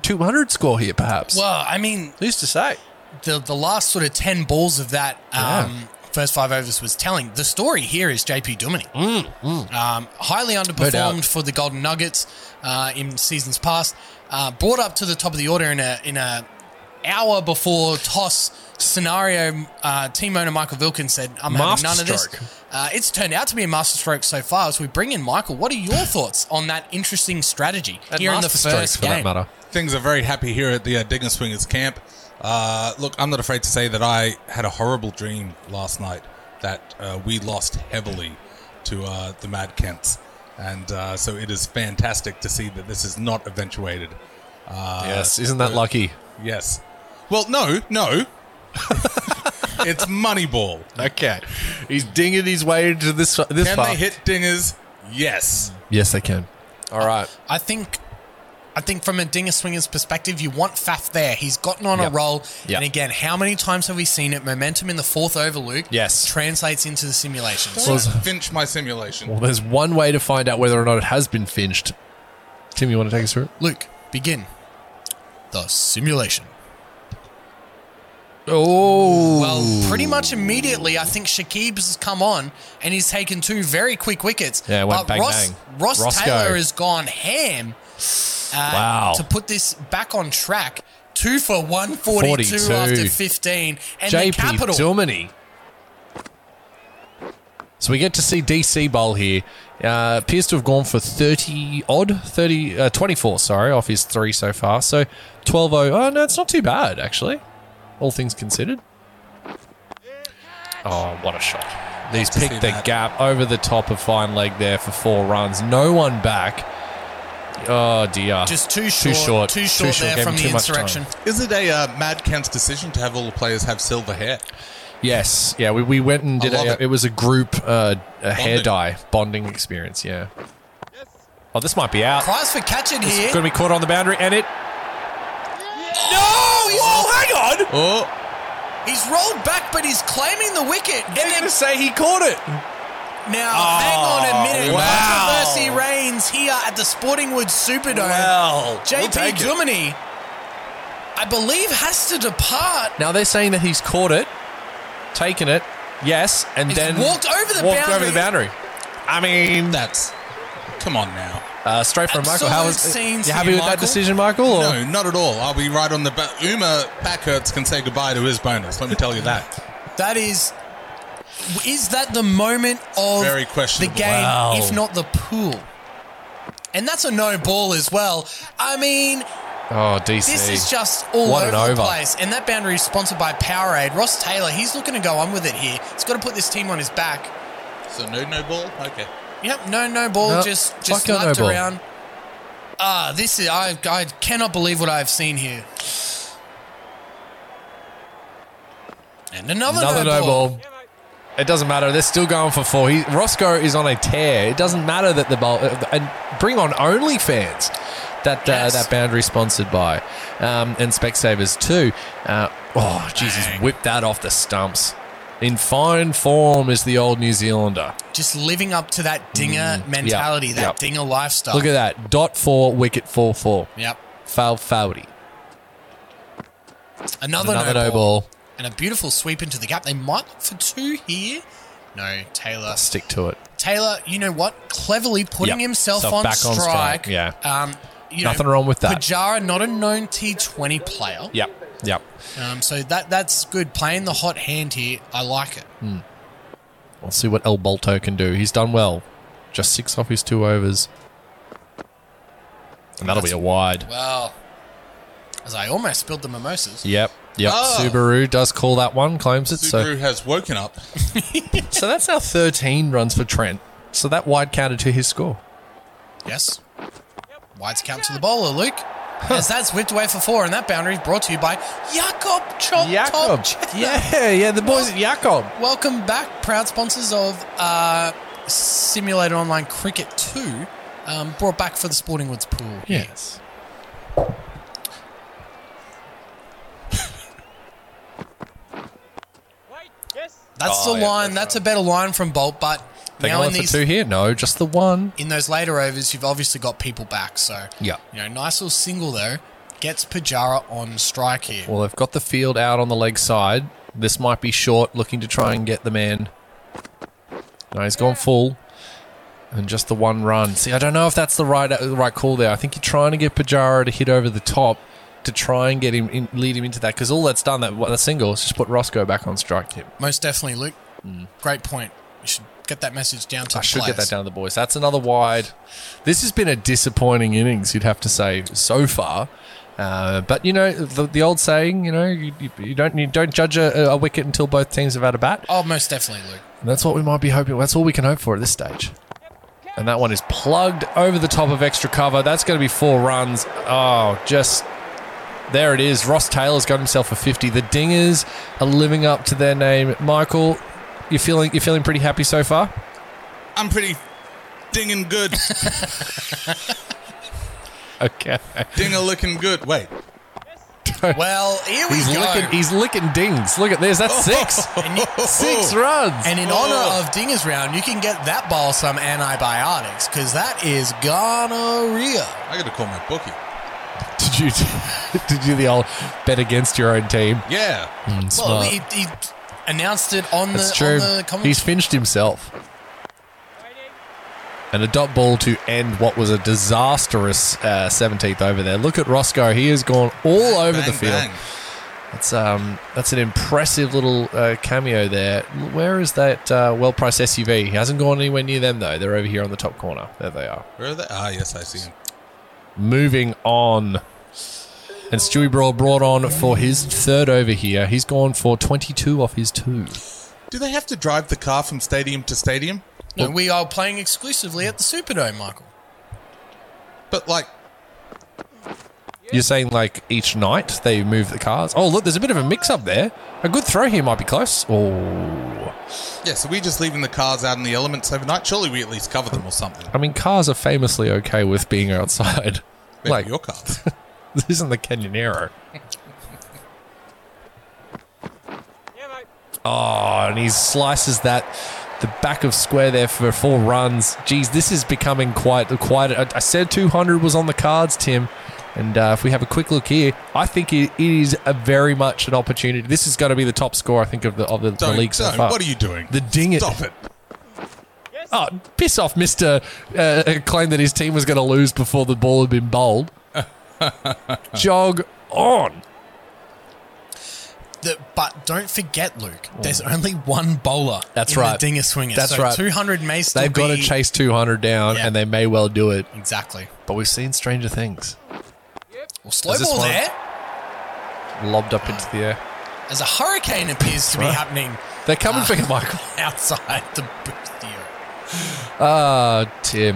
A: two hundred score here, perhaps.
E: well, I mean,
A: Who's to say?
E: the the last sort of ten balls of that um, first five overs was telling. The story here is JP Duminy, Um, highly underperformed
A: Mm, doubt.
E: for the Golden Nuggets uh, in seasons past. Uh, brought up to the top of the order in a in a hour before toss scenario. Uh, team owner Michael Vilkin said, "I'm having none of this."
A: Masterstroke.
E: Uh, it's turned out to be a masterstroke so far. So we bring in Michael. What are your thoughts on that interesting strategy here in the
A: Masterstroke,
E: first
A: for that
E: game?
A: matter.
F: Things are very happy here at the uh, Dinger Swingers camp. Uh, look, I'm not afraid to say that I had a horrible dream last night that uh, we lost heavily to uh, the Mad Kents. And uh, so it is fantastic to see that this is not eventuated. Uh,
A: yes, isn't that lucky?
F: Yes. Well, no, no. <laughs> it's Moneyball.
A: Okay, he's dinging his way into this this
F: Can
A: far.
F: they hit dingers? Yes.
A: Yes, they can. All right.
E: I think, I think from a Dinger Swingers perspective, you want Faf there. He's gotten on
A: Yep.
E: a roll,
A: Yep.
E: and again, how many times have we seen it? Momentum in the fourth over, Luke.
A: Yes.
E: translates into the simulation.
A: Well,
E: So,
F: Finch my simulation.
A: Well, there's one way to find out whether or not it has been finched. Tim, you want to take us through it?
E: Luke, begin the simulation.
A: Oh,
E: Well, pretty much immediately, I think Shakib's has come on and he's taken two very quick wickets.
A: Yeah, it went
E: but
A: bang,
E: Ross,
A: bang.
E: Ross
A: Roscoe. Oh.
E: Taylor has gone ham. Uh,
A: Wow.
E: To put this back on track, two for 142
A: 42.
E: after 15. And the
A: JP
E: capital.
A: Duminy. So we get to see DC bowl here. Uh, appears to have gone for 30 odd, 30, uh, 24, sorry, off his three so far. So 12 Oh, no, it's not too bad, actually, all things considered. Oh, what a shot. These
F: to see
A: picked the
F: that.
A: gap over the top of fine leg there for four runs. No one back. Oh, dear.
E: Just too
A: Too
E: short. Too
A: short.
E: short,
A: Too short.
E: there
A: Gave
E: from
A: him
E: the
A: too much time.
E: insurrection.
F: Is it a uh, Mad Kent's decision to have all the players have silver hair?
A: Yes, yeah, we, we went and did
F: love
A: a,
F: it.
A: it. was a group uh, a hair
F: Bonding.
A: dye bonding experience. Yeah. Oh, this might be out.
E: Cries for catch it here.
A: It's going to be caught on the boundary, and it.
E: No! Whoa, hang on!
F: Oh,
E: He's rolled back, but he's claiming the wicket. And then
A: to say he caught it.
E: Now, hang on a minute.
A: Oh, wow.
E: Controversy reigns here at the Sporting Woods Superdome.
A: Well,
E: JP
A: take it.
E: Duminy, I believe, has to depart.
A: Now they're saying that he's caught it, taken it, yes, and
E: He's
A: then
E: walked over the
A: walked over
E: boundary.
A: the boundary. I mean,
F: that's. Come on now.
A: uh, straight from Michael.
E: Absolute
A: How was
E: scene,
A: you happy with
E: Michael.
A: that decision, Michael? Or?
F: No, not at all. I'll be right on the back. Uma Backhurts can say goodbye to his bonus. Let me tell you that.
E: That is. Is that the moment of
F: Very
E: the
F: questionable.
E: game,
A: Wow.
E: if not the pool? And that's a no ball as well. I mean,
A: Oh, DC.
E: this is just all
A: What
E: over,
A: an
E: the
A: over.
E: place. And that boundary is sponsored by Powerade. Ross Taylor, he's looking to go on with it here. He's got to put this team on his back.
F: <laughs> So no, no ball. Okay.
E: Yep, no, no ball,
A: No,
E: just
A: fuck
E: just
A: your no
E: knocked
A: ball.
E: around. Ah, this is I I cannot believe what I've seen here. And another,
A: another
E: no,
A: no
E: ball.
A: ball. It doesn't matter. They're still going for four. He, Roscoe is on a tear. It doesn't matter that the ball uh, and bring on OnlyFans. That
E: Yes.
A: uh, that boundary sponsored by um, and Specsavers too. Uh, oh Jesus! Whipped that off the stumps. In fine form is the old New Zealander.
E: Just living up to that dinger mentality, that
A: Mm, yep.
E: dinger lifestyle.
A: Look at that. Dot four wicket four four.
E: Yep.
A: Foul fouty.
E: Another,
A: Another
E: no,
A: no
E: ball.
A: ball.
E: And a beautiful sweep into the gap. They might look for two here. No, Taylor.
A: Stick to it.
E: Taylor, you know what? Cleverly putting
A: Yep.
E: himself
A: Self
E: on,
A: back on
E: strike.
A: strike, yeah.
E: Um, you
A: Nothing
E: know,
A: wrong with that.
E: Pajara, not a known T20 player.
A: Yep. Yep.
E: Um, so that that's good. Playing the hot hand here, I like it.
A: Mm. We'll see what El Bolto can do. He's done well. Just six off his two overs. And that'll be a wide.
E: Well, as I almost spilled the mimosas.
A: Yep. Yep.
F: Ah.
A: Subaru does call that one, claims it. So
F: Subaru has woken up.
A: So that's now 13 runs for Trent. So that wide counted to his score.
E: Yes. Wides count to the bowler, Luke. As that's whipped away for four, and that boundary is brought to you by Jakob Chop Top. Chop.
A: Yeah, yeah, the boys at Jakob.
E: Welcome back, proud sponsors of uh, Simulator Online Cricket 2, um, brought back for the Sporting Woods pool.
A: Yes.
E: That's the line. That's, a better line from Bolt, but
A: They're
E: now in
A: going for
E: these
A: two here. No, just the one.
E: in those later overs, you've obviously got people back. So
A: Yeah.
E: you know, nice little single though gets Pajara on strike here.
A: Well, they've got the field out on the leg side. This might be short, looking to try and get the man. No, he's gone full. And just the one run. See, I don't know if that's the right the right call there. I think you're trying to get Pajara to hit over the top to try and get him in, lead him into that. Because all that's done that that single is just put Roscoe back on strike tip.
E: Most definitely, Luke. Great point. You should get that message down to.
A: Mm. I
E: the
A: should get
E: players.
A: that down to the boys. That's another wide. This has been a disappointing innings, you'd have to say, so far. Uh, but you know the, the old saying, you know, you, you- you don't you don't judge a, a wicket until both teams have had a bat.
E: Oh, most definitely,
A: <laughs>
E: Luke.
A: And that's what we might be hoping. That's all we can hope for at this stage. And that one is plugged over the top of extra cover. That's going to be four runs. Oh, just there it is. Ross Taylor's got himself a fifty. The Dingers are living up to their name. Michael, you feeling you feeling pretty happy so far?
F: I'm pretty dinging <laughs> good.
A: Okay.
F: Dinger looking good. Wait.
E: Well, here we
A: He's
E: go.
A: licking, he's licking dings. Look at this. That's six.
E: and, you-
A: Six runs.
E: and in honor of Dinger's round, you can get that ball some antibiotics because that is gonorrhea.
F: I got to call my bookie.
A: did you did you do <laughs> the old bet against your own team?
F: Yeah.
E: Well,
A: Smart.
E: he, he announced it on the,
A: That's true.
E: on the comment-
A: He's finished himself. And a dot ball to end what was a disastrous uh, 17th over there. Look at Roscoe. He has gone all over the
F: Bang,
A: field.
F: bang.
A: That's um, that's an impressive little uh, cameo there. Where is that uh, well-priced SUV? He hasn't gone anywhere near them though. They're over here on the top corner. There they are.
F: Where are they? Ah, yes, I see him.
A: moving on. And Stewie Brawl brought on for his third over here. He's gone for 22 off his two.
F: Do they have to drive the car from stadium to stadium?
E: No, we are playing exclusively at the Superdome, Michael.
F: But like,
A: You're saying like each night they move the cars? Oh, look, there's a bit of a mix up there. A good throw here might be close. Oh,
F: yeah. So we just leaving the cars out in the elements overnight. Surely we at least cover them or something.
A: I mean, cars are famously okay with being outside.
F: Maybe
A: like,
F: your cars.
A: <laughs> this isn't the Canyonero. Oh, and he slices that the back of square there for four runs. Geez, this is becoming quite quite. I I said 200 was on the cards, Tim. And uh, if we have a quick look here, I think it, it is a very much an opportunity. This is going to be the top score, I think, of the of the, the
F: Don't,
A: league so
F: don't.
A: far.
F: What are you doing?
A: the ding it.
F: Stop it.
A: Oh, piss off, Mister! Uh, claimed that his team was going to lose before the ball had been
F: <laughs>
A: bowled. Jog on.
E: The, but don't forget, Luke, there's only one bowler.
A: Oh. That's
E: in
A: right.
E: The Dinger swingers.
A: That's
E: so
A: right.
E: 200 may still
A: They've got to
E: be-
A: chase 200 down,
E: Yeah.
A: and they may well do it.
E: Exactly.
A: But we've seen stranger things.
E: Well, slow
A: Is this
E: ball
A: one-
E: there
A: Lobbed up into the air.
E: as a hurricane appears to be
A: right.
E: happening <laughs>
A: They're coming for you, Michael.
E: outside the booth here.
A: Ah, Tim.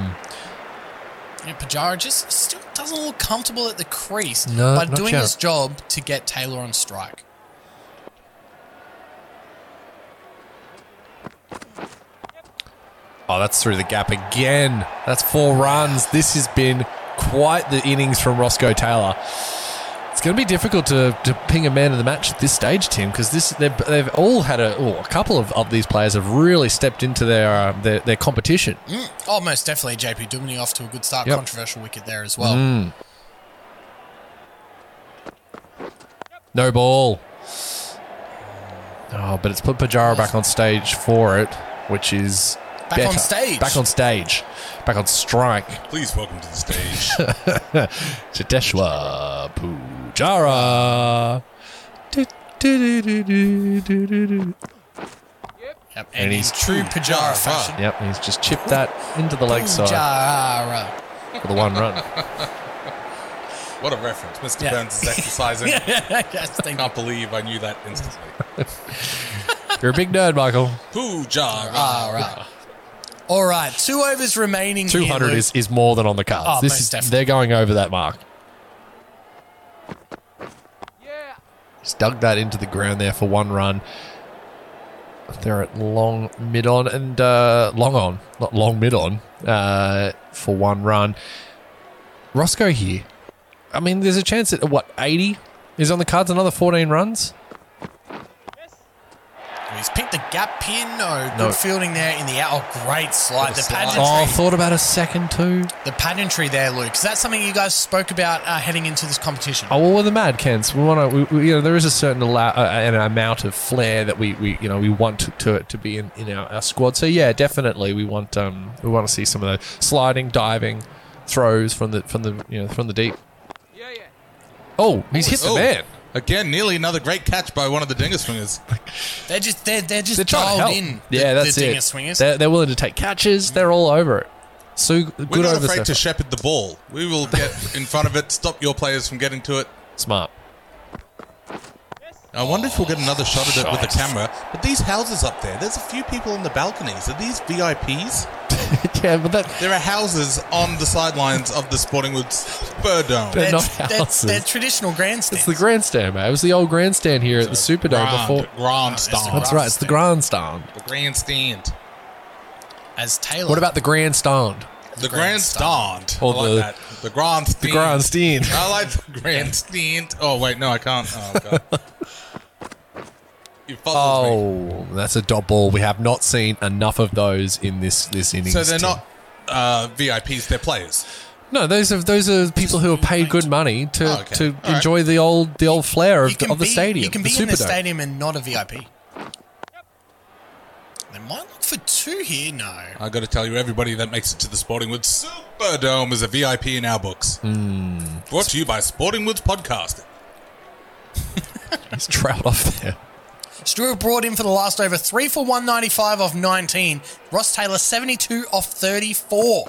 E: Yeah, Pajara just still doesn't look comfortable at the crease,
A: No,
E: but
A: not
E: doing
A: yet.
E: his job to get Taylor on strike.
A: Oh, that's through the gap again. That's four runs. This has been quite the innings from Roscoe Taylor. It's going to be difficult to, to ping a man of the match at this stage, Tim, because this they've, they've all had a, oh, a couple of, of these players have really stepped into their uh, their, their competition.
E: Oh, most definitely JP Duminy off to a good start.
A: Yep. Mm.
E: Controversial wicket there as well.
A: Hmm. No ball. Oh, but it's put Pajara back on stage for it, which is
E: Back
A: better.
E: on stage.
A: Back on stage. Back on strike.
F: Please welcome to the
A: <laughs>
F: stage.
A: Jadeshwa Pujara. Du- du- du- du- du- du- du.
E: Yep. And,
A: And
E: he's
A: he's-
E: true Pajara fashion.
A: Yep, he's just chipped that into the leg side
E: Pujara.
A: for the one run.
F: What a reference. Mr.
E: Yeah.
F: Burns
E: <laughs>
F: is exercising.
E: Yes, thank you.
F: Can't believe I knew that instantly.
A: You're a big nerd,
E: <laughs>
A: Michael.
F: Pooja.
E: All right. All right. Two overs remaining. here,
A: 200
E: Luke.
A: is, is more than on the cards.
E: Oh,
A: this
E: most
A: is,
E: definitely.
A: they're going over that mark. Just dug that into the ground there for one run. They're at long mid on and uh, long on, not long mid on uh, for one run. Roscoe here. I mean, there's a chance that what 80 is on the cards. Another 14 runs.
E: He's picked the gap pin. No, good
A: No.
E: fielding there in the out. Oh, great slide. The
F: slide.
E: pageantry,
A: Oh, thought about a second too.
E: the pageantry there, Luke. Is that something you guys spoke about uh, heading into this competition?
A: Oh well, we're the Mad Kents. We want to, we, we, you know, there is a certain allow, uh, an amount of flair that we, we you know, we want to to, to be in, in our, our squad. So yeah, definitely, we want um, we want to see some of the sliding, diving, throws from the from the you know from the deep.
B: Yeah, yeah.
A: Oh, he's hit the
F: Oh,
A: man.
F: Again, nearly another great catch by one of the dingus swingers.
E: They're just they're, they're just
A: They're trying to help.
E: dialed in. the-
A: yeah, that's
E: the
A: it.
E: Dinger swingers.
A: They're, they're willing to take catches. They're all over it. So good
F: We're not
A: over
F: afraid to
A: Stefan.
F: shepherd the ball. We will get in front of it, stop your players from getting to it.
A: smart. <laughs>
F: I wonder if we'll get another shot at it with the camera. But these houses up there, there's a few people on the balconies. Are these VIPs?
A: yeah, but that
F: There are houses on the sidelines of the Sporting Woods Spur Dome.
A: They're
E: they're,
A: not
E: they're,
A: houses.
E: they're traditional
A: it's
E: grandstands.
A: the grandstand, man. It was the old grandstand here at the Superdome before.
F: grand
A: That's right. It's the grandstand.
F: The grandstand.
E: As Taylor.
A: What about the grandstand?
F: The grandstand.
A: Or
F: I like
A: the-
F: that. The grand
A: The grandstand.
F: I like the grandstand. Oh wait, no, I can't. Oh
A: <laughs>
F: god. You followed me.
A: Oh, that's a dot ball. We have not seen enough of those in this this innings.
F: So they're
A: Tim.
F: not uh, VIPs, they're players.
A: No, those are those are people who are paid good money to
F: Oh, okay.
A: to
F: All right.
A: enjoy the old the old flair of, the, of the
E: be,
A: stadium.
E: You can
A: the
E: be in the
A: Superdome.
E: stadium and not a VIP. They might look for two here. No.
F: I got to tell you, everybody that makes it to the Sporting Woods Superdome is a VIP in our books.
A: Hmm.
F: Brought to you by Sporting Woods Podcast.
A: He's trout off there.
E: Stewart brought in for the last over three for 195 off 19. Ross Taylor 72 off 34.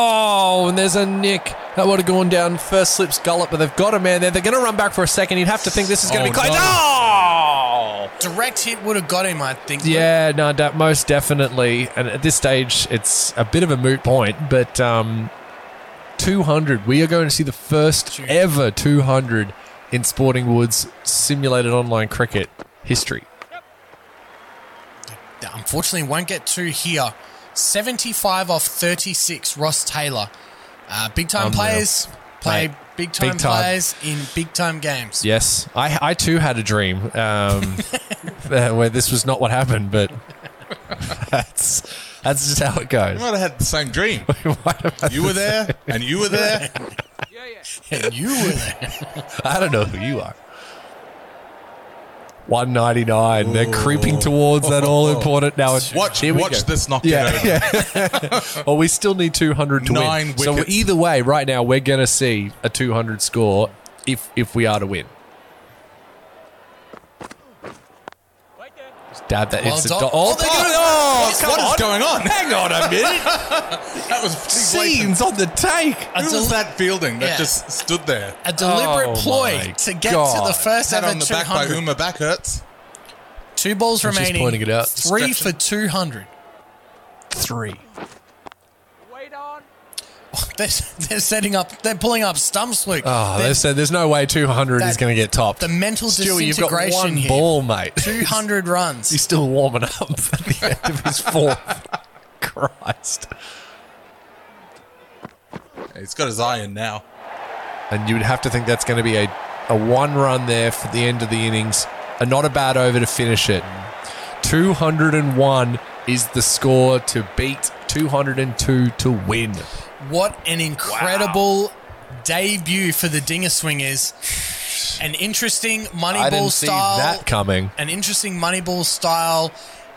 A: Oh, and there's a nick that would have gone down first slips gullet, but they've got a man there. They're going to run back for a second. You'd have to think this is going to
F: Oh,
A: be close.
F: no.
A: Oh!
E: Direct hit would have got him, I think.
A: Yeah, no, de- most definitely. And at this stage, it's a bit of a moot point, but um, 200, we are going to see the first ever 200 in Sporting Woods simulated online cricket history.
E: Unfortunately, won't get two here. 75 off 36. Ross Taylor. Uh, big time
A: Unreal.
E: players play
A: Mate,
E: big time
A: big time.
E: players in big time games.
A: Yes, I, I too had a dream um, uh, where this was not what happened, but <laughs> that's, that's just how it
F: You
A: goes.
F: might have had the
A: <laughs>
F: same dream. you were there, and you were there.
B: Yeah, yeah.
E: And you were there.
A: <laughs> I don't know who you are. 199. They're
E: Oh.
A: creeping towards that all important. Now, it-
F: Watch,
A: here we
F: watch
A: go.
F: this knock
A: Yeah,
F: it over.
A: <laughs> Well, we still need 200 to
F: Nine
A: win. So
F: wickets.
A: either way, right now we're going to see a 200 score if if we are to win. Just dab that
E: Well
A: instant. do-
E: done. Oh,
A: oh, oh,
E: they got it.
A: oh, come
F: What is
A: on.
F: going on?
A: Hang on a minute.
F: <laughs> That was pretty blatant.
A: Scenes on the take.
E: A
F: Who
E: del-
F: was that fielding that
E: Yeah.
F: just stood there?
E: A deliberate
A: Oh
E: ploy
A: my
E: to get to the
A: God.
E: first
F: Pat
E: ever
F: on the back by
E: 200.
F: Uma Backhurts.
E: Two balls
A: just
E: remaining.
A: pointing it out.
E: Three for
F: Distraction.
E: 200.
A: Three.
B: Wait on.
E: <laughs> They're, they're setting up. They're pulling up stumps, Luke.
A: Oh,
E: They're-
A: they said there's no way 200 is
E: That-
A: going to get topped.
E: the mental
A: Stewie, you've got
E: disintegration
A: one
E: here.
A: ball, mate.
E: 200
A: He's
E: runs.
A: still warming up <laughs> at the end of his fourth. <laughs> Christ.
F: He's got his eye in now.
A: And you would have to think that's going to be a, a one run there for the end of the innings. And not a bad over to finish it. 201 is the score to beat 202 to win.
E: What an incredible debut for the Dinger
A: <sighs>
E: Swingers. An interesting
A: I
E: Moneyball
A: didn't see
E: style.
A: that coming.
E: An interesting Moneyball style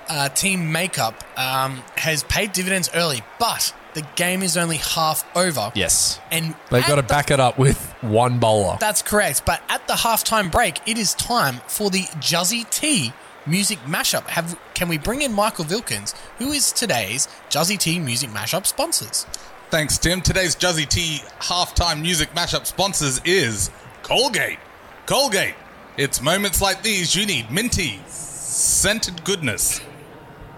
E: uh, team makeup um, has paid dividends early, but the game is only half over.
A: Yes.
E: And
A: They've
E: at
A: got to
E: the-
A: back it up with one bowler.
E: That's correct. But at the halftime break, it is time for the Juzzy T music mashup. Have can we bring in Michael Vilkins, who is today's Juzzy T music mashup sponsors?
F: Thanks, Tim. Today's Juzzy T halftime music mashup sponsors is Colgate. Colgate. It's moments like these you need minty, scented goodness.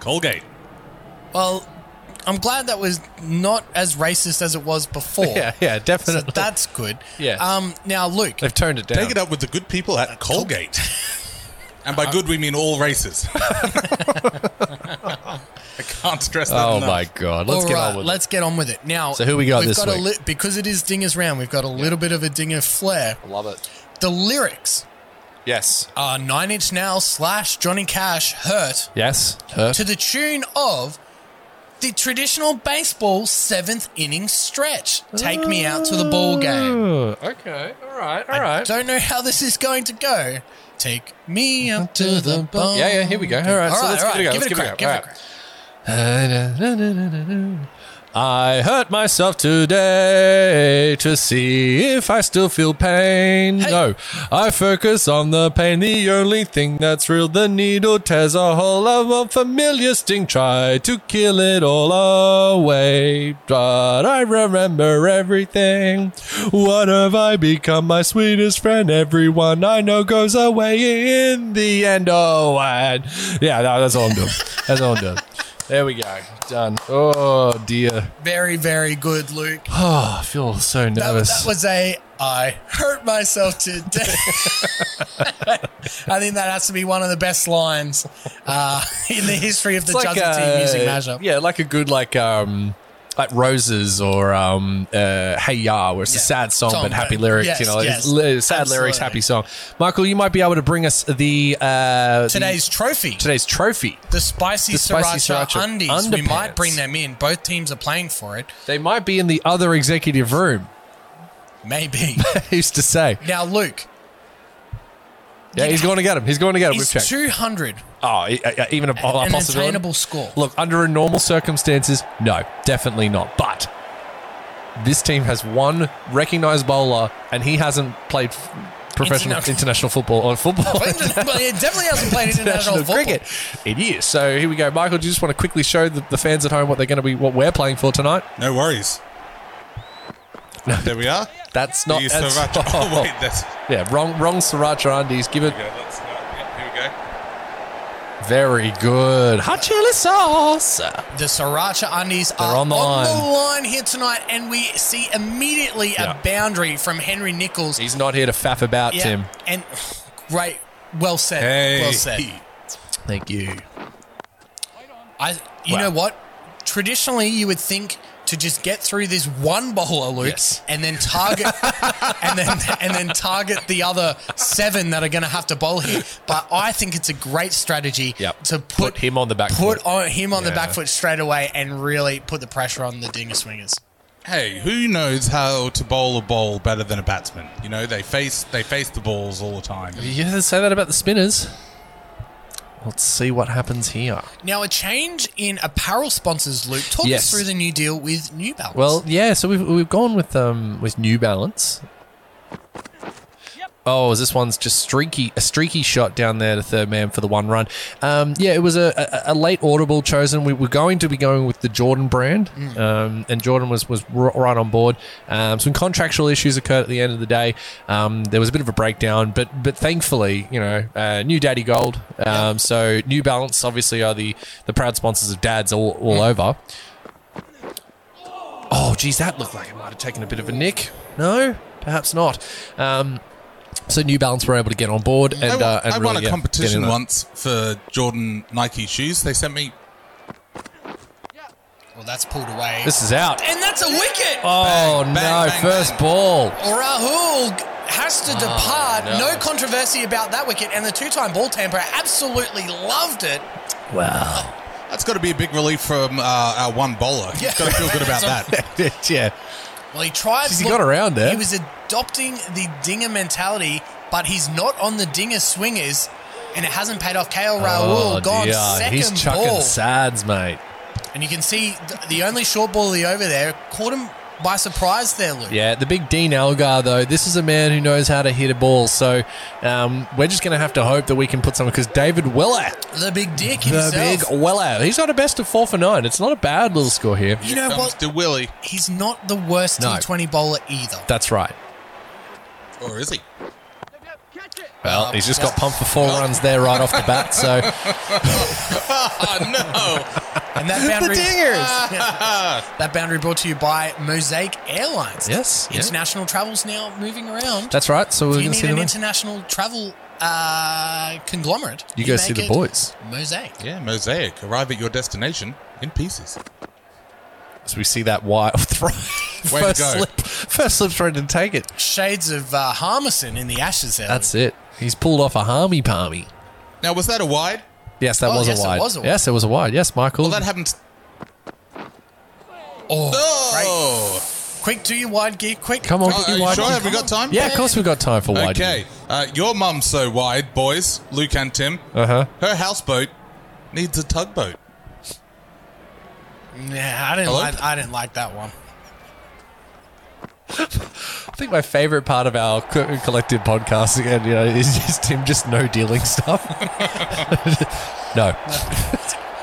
F: Colgate.
E: Well, I'm glad that was not as racist as it was
A: <laughs>
E: before.
A: Yeah, yeah,
E: So
A: definitely.
E: that's good.
A: Yeah.
E: Um. Now, Luke.
A: They've toned it down.
F: Take it up with the good people at Colgate. and by good, we mean all races. <laughs> I can't stress that
A: Oh
F: enough.
A: my god. Let's
E: All
A: get
E: right,
A: on with
E: let's get on with it. Now,
A: So who we got
E: we've
A: this
E: got A
A: week?
E: li- because it is Dingus round, we've got a little bit of a Dinger flair.
A: it. Love it.
E: The lyrics
A: Yes.
E: are Nine Inch Nails slash Johnny Cash hurt
A: Yes. Her.
E: to the tune of the traditional baseball seventh inning stretch. Take me out to the ball game.
A: Okay. All right. All right.
E: Don't know how this is going to go. Take me out to the ball.
A: Yeah, yeah, here we go. All right,
E: All
A: so
E: right,
A: let's
E: all
A: give it a
E: right,
A: go.
E: Give
A: Let's
E: it a crack. Give it a crack.
A: I hurt myself today to see if I still feel pain.
E: Hey.
A: No, I focus on the pain. The only thing that's real, the needle tears a hole of a familiar sting. Try to kill it all away, but I remember everything. What have I become? My sweetest friend, everyone I know goes away in the end. Oh, and yeah, no, that's all I'm doing. That's all I'm doing. There we go. Done. Oh dear.
E: Very, very good, Luke.
A: Oh, I feel so
E: That,
A: nervous.
E: that was a I hurt
A: <laughs>
E: myself today. I think that has to be one of the best lines uh, in the history of the Judge Team music mashup.
A: uh, Yeah, like a good like um like roses or um uh hey ya where it's a
E: Yeah.
A: sad song
E: Song,
A: but happy
E: but-
A: lyrics
E: yes,
A: you know like,
E: yes.
A: li- sad lyrics
E: Absolutely.
A: happy song michael you might be able to bring us the uh
E: Today's trophy,
A: the, today's trophy
E: the spicy
A: the spicy
E: sriracha,
A: sriracha
E: undies. We might
A: underpants.
E: bring them in. Both teams are playing for it.
A: they might be in the other executive room <laughs>
E: Maybe.
A: who's to say
E: now, Luke
A: yeah he's going to get him he's going to get him
E: is
A: we've checked
E: two hundred
A: oh e- e- even a, a
E: an
A: possibility
E: attainable score.
A: Look, under normal circumstances, no, definitely not. But this team has one recognized bowler, and he hasn't played f- professional
E: Interna-
A: international, football or
E: <laughs>
A: football. <laughs>
E: but he definitely hasn't played international football.
A: Oh, cricket. It is. So here we go, Michael. Do you just want to quickly show the, the fans at home what they're going to be, what we're playing for tonight?
F: No worries. There we are.
A: That's not.
F: The
A: that's- <laughs>
F: sriracha. Oh, <laughs> wait, that's.
A: yeah, wrong, wrong sriracha undies. Give it
F: Okay, let's, uh, yeah, here we go.
A: very good hot chili sauce.
E: The Sriracha undies are
A: on the line.
E: the line here tonight, and we see immediately
A: Yeah.
E: a boundary from Henry Nichols.
A: He's not here to faff about,
E: Yeah,
A: Tim.
E: And great, well said.
F: Hey.
E: Well said.
A: Thank you.
E: I, you
A: Wow.
E: know what? Traditionally, you would think to just get through this one bowler, Luke,
A: Yes.
E: and
A: <laughs>
E: then target, and then and then target the other seven that are going to have to bowl here. But I think it's a great strategy
A: Yep.
E: to
A: Put
E: put,
A: him on the back
E: put
A: foot.
E: on him on the back
A: Yeah.
E: foot straight away, and really put the pressure on the dinger swingers.
F: Hey, who knows how to bowl a bowl better than a batsman? You know, they face they face the balls all the time.
A: You ever say that about the spinners? Let's see what happens here.
E: Now, a change in apparel sponsors, Luke. Talk
A: Yes.
E: us through the new deal with New Balance.
A: Well, yeah, so we've we've gone with um with New Balance. Oh, is this one's just streaky a streaky shot down there to third man for the one run. Um, yeah, it was a, a, a late audible chosen. We were going to be going with the Jordan brand, um, and Jordan was was r- right on board. Um, some contractual issues occurred at the end of the day. Um, there was a bit of a breakdown, but but thankfully, you know, uh, new Daddy Gold. Um, So New Balance obviously are the the proud sponsors of dads all, all over. Oh, geez, that looked like it might have taken a bit of a nick. No, perhaps not. Um, so New Balance were able to get on board and
F: I,
A: uh, and
F: I
A: really
F: won
A: get-
F: a
A: get
F: competition
A: in there.
F: once for Jordan Nike shoes. They sent me.
E: Well, that's pulled away.
A: This is out.
E: and that's a wicket.
A: Oh
F: Bang, bang,
A: no!
F: bang,
A: First
F: bang.
A: ball.
E: Rahul has to depart.
A: Oh, no.
E: No. controversy about that wicket. And the two time ball tamper absolutely loved it.
A: <laughs> Wow.
F: That's got to be a big relief from uh, our one
A: <laughs>
F: bowler.
E: Yeah.
F: He's got to feel good about that.
A: yeah.
E: Well, he tried.
A: Jeez, he got around there.
E: He was adopting the dinger mentality, but he's not on the dinger swingers. And it hasn't paid off. KL Rahul
A: Oh
E: gone
A: dear.
E: second
A: He's chucking
E: ball.
A: sads, mate.
E: And you can see th- the only short ball of the over there caught him by surprise there, Luke.
A: Yeah, the big Dean Elgar, though, this is a man who knows how to hit a ball. So um, we're just going to have to hope that we can put someone because David Weller,
E: The big dick
A: the
E: himself.
A: big Weller, he's got a best of four for nine. It's not a bad little score here.
E: you know
F: Comes
E: what?
F: to Willie,
E: He's not the worst
A: No.
E: T20 bowler either.
A: That's right. <laughs>
F: or is he?
B: Catch it.
A: Well, he's just got pumped for four runs there right off the bat. So
E: And <laughs>
A: <laughs>
E: that boundary, that boundary brought to you by Mosaic Airlines.
A: Yes, yeah.
E: International travel's now moving around.
A: that's right. So we're
E: if you
A: going to
E: need
A: see
E: an
A: the win.
E: international travel uh, conglomerate,
A: You go see
E: make
A: the
E: it
A: boys.
E: Mosaic.
F: <laughs> Yeah, mosaic. Arrive at your destination in pieces.
A: So we see that wide <laughs> throw.
F: Way to
A: first
F: go.
A: slip, first slip straight and take it.
E: Shades of uh, Harmison in the Ashes there.
A: That's it. He's pulled off a harmy palmy.
F: Now, was that a wide?
A: Yes, that
E: Oh,
A: was,
E: yes,
A: a
E: it
A: wide.
E: was a wide.
A: Yes, it was a wide. Yes, Michael.
F: Well, that happens.
E: Oh,
F: Oh,
E: great. Quick, do your wide gear, quick.
A: Come on,
F: Oh,
A: get
F: are
A: your
F: you
A: wide.
F: sure?
A: one.
F: Have we got time?
A: Yeah, of course we've got time for wide.
F: Okay, uh, your mum's so wide, boys, Luke and Tim.
A: Uh huh.
F: Her houseboat needs a tugboat.
E: Nah, I didn't,
F: Hello?
E: like, I didn't like that one.
A: I think my favorite part of our co- collective podcast again, you know, is just Tim just no dealing stuff. <laughs> no.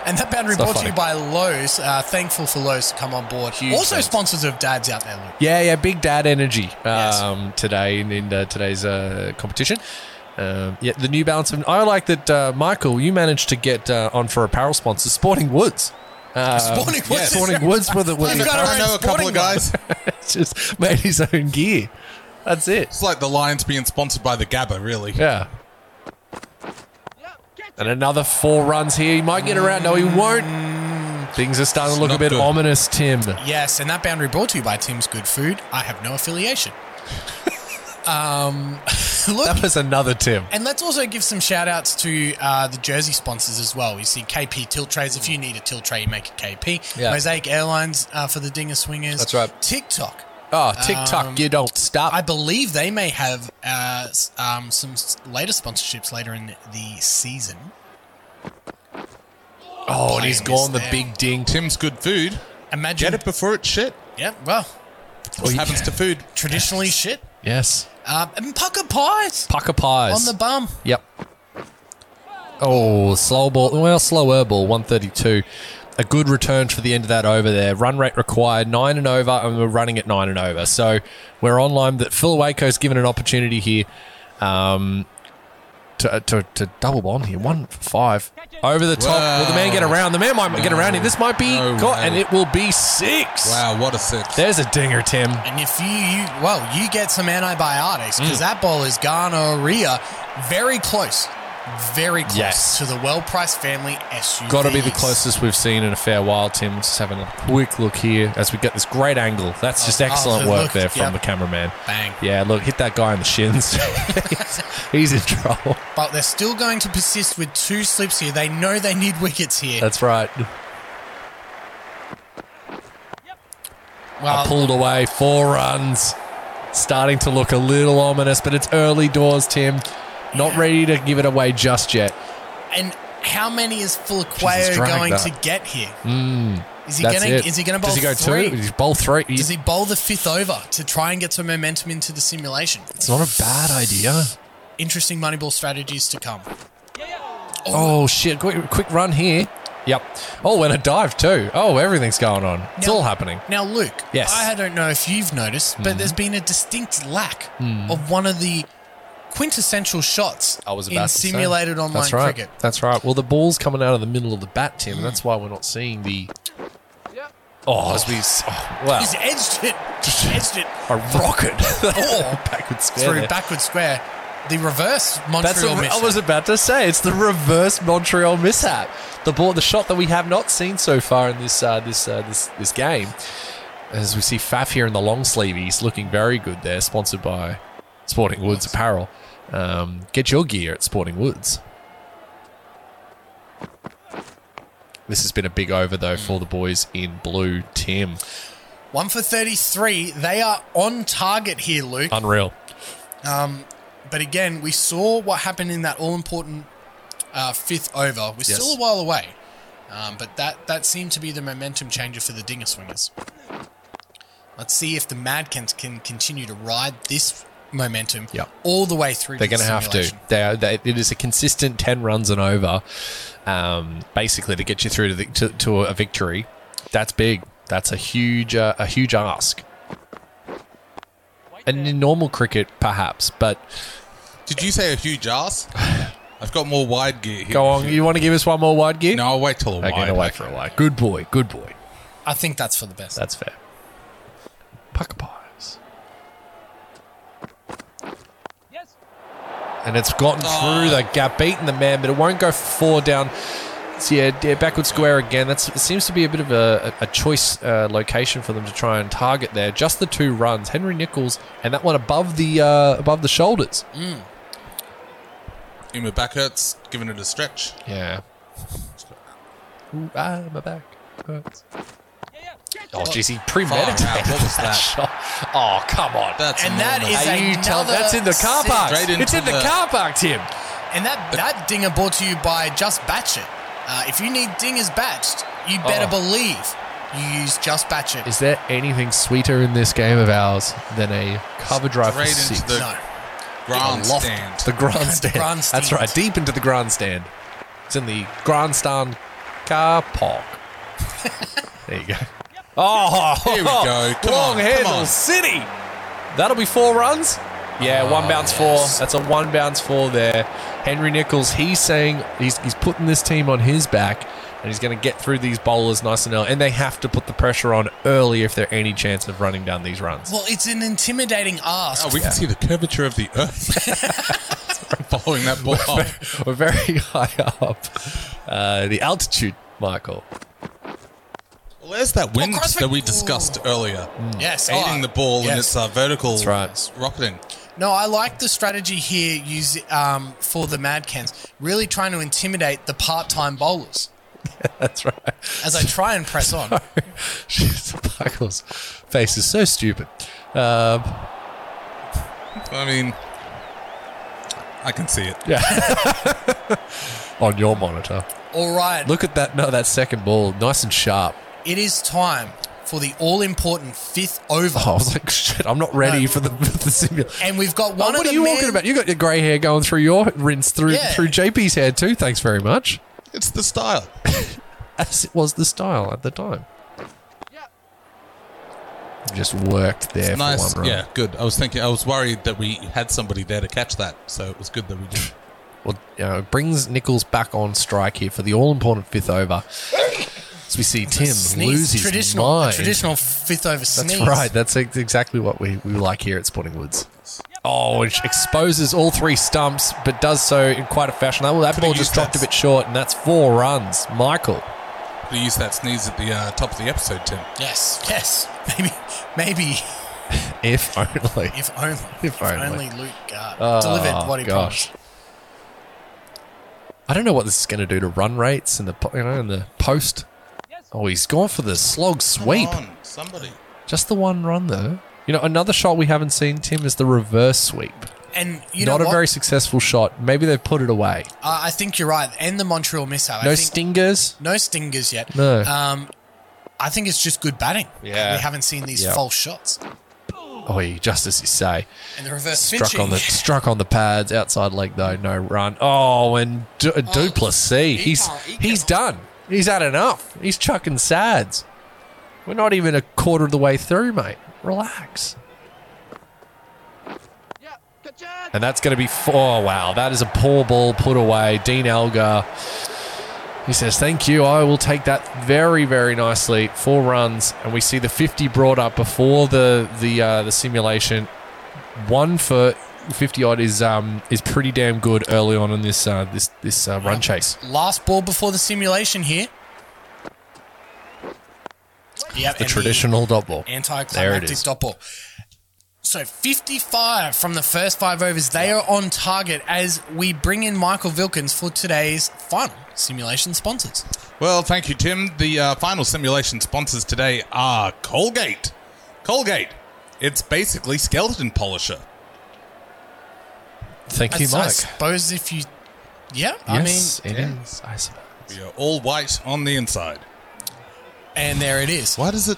E: And that boundary
A: It's not
E: brought to you by
A: funny.
E: Lowe's. Uh, thankful for Lowe's to come on board.
A: Huge
E: also
A: thanks.
E: sponsors of Dads out there, Luke.
A: Yeah, yeah, big dad energy
E: Yes.
A: um, today in, in uh, today's uh, competition. Um, yeah, the New Balance. and I like that, uh, Michael. You managed to get uh, on for apparel sponsor, Sporting Woods. Um,
E: Sporting Woods.
A: Sporting Woods for <laughs> the with
E: We've
A: the
E: got our
F: I
A: apparel.
E: own
F: know a couple
E: sporting
F: of guys.
A: just made his own gear. That's it.
F: It's like the Lions being sponsored by the Gabba, really.
A: Yeah.
B: Yep, catch it.
A: And another four runs here. He might get around. No, he won't. Things are starting to look a
F: not
A: bit
F: good.
A: ominous, Tim.
E: Yes, and that boundary brought to you by Tim's Good Food. I have
A: <laughs>
E: no affiliation. um, <laughs> look,
A: That was another Tim.
E: And let's also give some shout outs to uh, the jersey sponsors as well. You see KP tilt trays. If you need a tilt tray, you make a KP.
A: Yeah.
E: Mosaic Airlines uh, for the Dinger Swingers.
A: That's right.
E: TikTok.
A: Oh, TikTok,
E: Um,
A: you don't stop.
E: I believe they may have uh, s- um, some s- later sponsorships later in the season.
A: oh, and he's
E: blame is
A: gone the
E: there.
A: big ding.
F: Tim's good food.
E: Imagine.
F: Get it before it's shit.
E: Yeah, well,
A: Oh,
F: What happens to food?
E: traditionally shit.
A: Yes.
E: Um, and pucker pies
A: Pucker pies.
E: on the bum.
A: Yep. Oh, slow ball. Well, slower ball, 132. A good return for the end of that over there. Run rate required, nine and over, and we're running at nine and over. So we're on line that Phil Waco's given an opportunity here um, to, to, to double bomb here. One for five. Over the top. Will the man get around? The man might get around him. This might be
F: No
A: caught,
F: way.
A: and it will be six.
F: Wow, what a six.
A: There's a dinger, Tim.
E: And if you, you well, you get some antibiotics because
A: Mm.
E: that ball is gonorrhea. Very close. Very close
A: Yes.
E: to the well priced family SUV.
A: Got to be the closest we've seen in a fair while, Tim. Just having a quick look here as we get this great angle. That's just
E: Oh,
A: excellent
E: oh,
A: work
E: look,
A: there from
E: yep.
A: the cameraman.
E: Bang.
A: Yeah, look, hit that guy in the
E: <laughs>
A: shins. <laughs> he's, he's in trouble.
E: But they're still going to persist with two slips here. They know they need wickets here.
A: That's right.
E: well,
A: Pulled away, four runs. Starting to look a little ominous, but it's early doors, Tim. Not ready to give it away just yet.
E: and how many is
A: Jesus,
E: Fulaqueo
A: drag
E: going
A: that. Mm.
E: to get here? Is he
A: That's
E: gonna?
A: it.
E: Is he gonna bowl
A: Does he go
E: three?
A: two? He's bowl three.
E: Does he bowl the fifth over to try and get some momentum into the simulation?
A: it's not a bad idea.
E: Interesting money ball strategies to come.
B: Yeah, yeah.
A: Oh shit! Quick, quick run here. Yep. Oh, and a dive too. Oh, everything's going on. It's
E: Now-
A: all happening.
E: Now, Luke,
A: Yes. Mm-hmm.
E: I don't know if you've noticed, but there's been a distinct lack of one of the quintessential shots
A: Mm. I was
E: in
A: about to say.
E: simulated online
A: That's right.
E: cricket.
A: That's right. Well, the ball's coming out of the middle of the bat, Tim. and That's why we're not seeing the.
B: Yep.
A: Oh, as we. s- Oh, wow.
E: He's edged it, edged it
A: A rocket. <laughs>
E: Oh.
A: backward square.
E: through
A: there.
E: backward square. The reverse Montreal
A: That's what
E: mission.
A: I was about to say. It's the reverse Montreal mishap. The ball, the shot that we have not seen so far in this uh, this uh, this this game. As we see Faf here in the long sleeve, he's looking very good there. Sponsored by Sporting Woods Apparel. Um, get your gear at Sporting Woods. This has been a big over though for the boys in blue. Tim,
E: One for 33. They are on target here, Luke.
A: unreal.
E: But again, we saw what happened in that all important uh, fifth over. We're still
A: Yes.
E: a while away, um, but that that seemed to be the momentum changer for the Dinger Swingers. Let's see if the Madkins can continue to ride this momentum
A: Yep.
E: all the way through.
A: They're
E: to
A: going
E: the
A: to have to.
E: simulation.
A: They, are, they, it is a consistent ten runs and over, um, basically to get you through to, the, to, to a victory. That's big. That's a huge uh, a huge ask. And in normal cricket, perhaps, but
F: Did you say a huge ass? <sighs> I've got more wide gear here.
A: go on. You want to give us one more wide gear?
F: No, I'll wait till a
A: okay,
F: wide.
A: no, wait for a wide. Good boy, good boy.
E: I think that's for the best.
A: That's fair. Pucker pies,
B: Yes.
A: and it's gotten through the gap, beaten the man, but it won't go four down. So yeah, yeah, backward square again. That's it seems to be a bit of a, a a choice uh, location for them to try and target there. Just the two runs, Henry Nichols, and that one above the uh, above the shoulders.
F: Uma back hurts, giving it a stretch.
A: Yeah. Ooh, ah, my back. hurts.
B: Yeah, yeah. Catch
A: Oh,
B: it.
A: jeez, he
F: Far out.
A: premeditated
F: What was
A: that
F: that?
A: shot. Oh, come on.
F: That's
E: and that
F: enormous.
E: is
A: Are you tell-
E: another
A: that's in the car
E: sin.
A: park.
F: Straight
A: It's
F: into
A: in the,
F: the-
A: car park, Tim.
E: And that that dinger brought to you by Just Batch It. Uh, if you need dingers batched, you better
A: Oh.
E: believe you use Just Batch It.
A: Is there anything sweeter in this game of ours than a cover drive for
F: Straight into
A: six?
F: the
E: no.
F: grandstand.
A: The grandstand.
F: <laughs>
E: The grandstand.
A: That's right, deep into the grandstand. It's in the grandstand car
F: <laughs>
A: park. there you go. Oh,
F: Here
A: <laughs>
F: we go. Come
A: long
F: on, come
A: handle
F: on.
A: city. That'll be four runs. Yeah,
F: Oh,
A: one bounce four. That's a one bounce four there. Henry Nichols, he's saying he's, he's putting this team on his back and he's going to get through these bowlers nice and early. And they have to put the pressure on early if there any chance of running down these runs.
E: Well, it's an intimidating ask.
F: Oh, we can see the curvature of the <laughs> earth. Following that ball.
A: We're very <laughs> high up. Uh, the altitude, Michael. <laughs>
F: Well, there's that wind
E: crossfit.
F: that we discussed earlier.
E: yes, oh,
F: Aiding the ball
E: yes.
F: in its uh, vertical
A: That's right.
F: rocketing.
E: No, I like the strategy here use, um, for the Madcans, really trying to intimidate the part-time bowlers
A: That's right. <laughs>
E: as I try and press on.
A: Jeez, Michael's face is so stupid. Um,
F: I mean, I can see it.
A: on your monitor.
E: All right,
A: Look at that. No, that second ball, nice and sharp. <laughs>
E: it is time for the all-important fifth over.
A: Oh, I was like, shit, I'm not ready
E: No.
A: for the, <laughs> the simulator.
E: And we've got
A: Oh,
E: one of
A: what
E: the
A: are you
E: men-
A: talking about? You got your grey hair going through your rinse through
E: Yeah.
A: through JP's hair too. Thanks very much.
F: It's the style.
A: As it was the style at the time.
B: Yeah.
A: Just worked there for
F: nice.
A: one run.
F: Yeah, good. I was thinking, I was worried that we had somebody there to catch that, so it was good that we did.
A: Well, you know, it brings Nichols back on strike here for the all important fifth over. As we see Tim
E: Sneeze.
A: lose his
E: traditional,
A: mind.
E: Traditional fifth over sneeze.
A: That's right. That's ex- exactly what we, we like here at Sporting Woods. Oh, which exposes all three stumps, but does so in quite a fashion. That, that
F: Could've
A: ball just
F: used
A: dropped
F: that.
A: a bit short, and that's four runs. Michael.
F: We used that sneeze at the uh, top of the episode, Tim.
E: Yes, yes. <laughs> Maybe, maybe
A: If only.
E: if
A: <laughs>
E: only, if,
A: only. Ah,
E: only. Luke uh, delivered what he
A: gosh.
E: promised.
A: I don't know what this is going to do to run rates and the po- you know and the post.
B: Yes.
A: Oh, he's gone for the slog sweep.
F: Come on, somebody.
A: Just the one run though. You know, another shot we haven't seen Tim is the reverse sweep.
E: And you
A: Not
E: know
A: a
E: what?
A: very successful shot. Maybe they've put it away.
E: I I think you're right. And the Montreal mishap.
A: No
E: I think,
A: stingers.
E: no stingers yet.
A: No.
E: Um, I think it's just good batting.
A: Yeah.
E: We haven't seen these
A: Yeah.
E: false shots.
A: Oh, just as you say.
E: And the reverse
A: Struck
E: finching.
A: on the struck on the pads outside leg though. No run. Oh, and du- Duplessis. He's
E: can't- he
A: he's
E: cannot-
A: done. He's had enough. He's chucking sads. We're not even a quarter of the way through, mate. Relax.
B: Yeah. Catch it.
A: And that's going to be four. Oh, wow, that is a poor ball put away. Dean Elgar. He says, "Thank you. I will take that very, very nicely. Four runs, and we see the 50 brought up before the the uh, the simulation. One for 50 odd is um is pretty damn good early on in this uh, this this uh, run chase.
E: Last ball before the simulation here. Yep,
A: The
E: and
A: traditional dot ball. There it
E: anti-climactic
A: is.
E: dot ball. So 55 from the first five overs. They are on target as we bring in Michael Vilkins for today's final simulation sponsors.
F: Well, thank you, Tim. The uh, final simulation sponsors today are Colgate. Colgate. It's basically skeleton polisher.
A: Thank you,
E: That's- I
A: Mike.
E: suppose if you, yeah,
A: yes,
E: I mean,
A: it is. I suppose.
F: We are all white on the inside.
E: and there it is.
F: Why does it?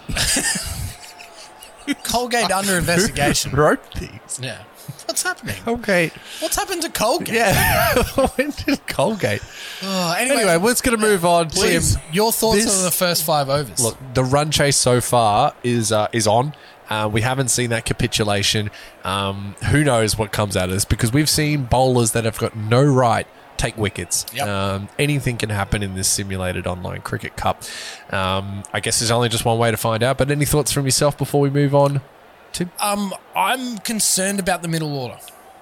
E: Colgate under <laughs> investigation.
A: Wrote these.
E: Yeah. <laughs> What's
A: <laughs>
E: happening?
A: Colgate.
E: What's happened to Colgate? <laughs>
A: Yeah. <laughs> when did Colgate?
E: Oh, anyway,
A: Anyway, we're just going to move on.
E: please,
A: Tim,
E: your thoughts
A: this-
E: on the first five overs.
A: look, the run chase so far is uh, is on. Uh, we haven't seen that capitulation. Um, who knows what comes out of this? Because we've seen bowlers that have got no right take wickets.
E: Yep.
A: Um, anything can happen in this simulated online cricket cup. Um, I guess there's only just one way to find out. But any thoughts from yourself before we move on? Tim?
E: um, I'm concerned about the middle order.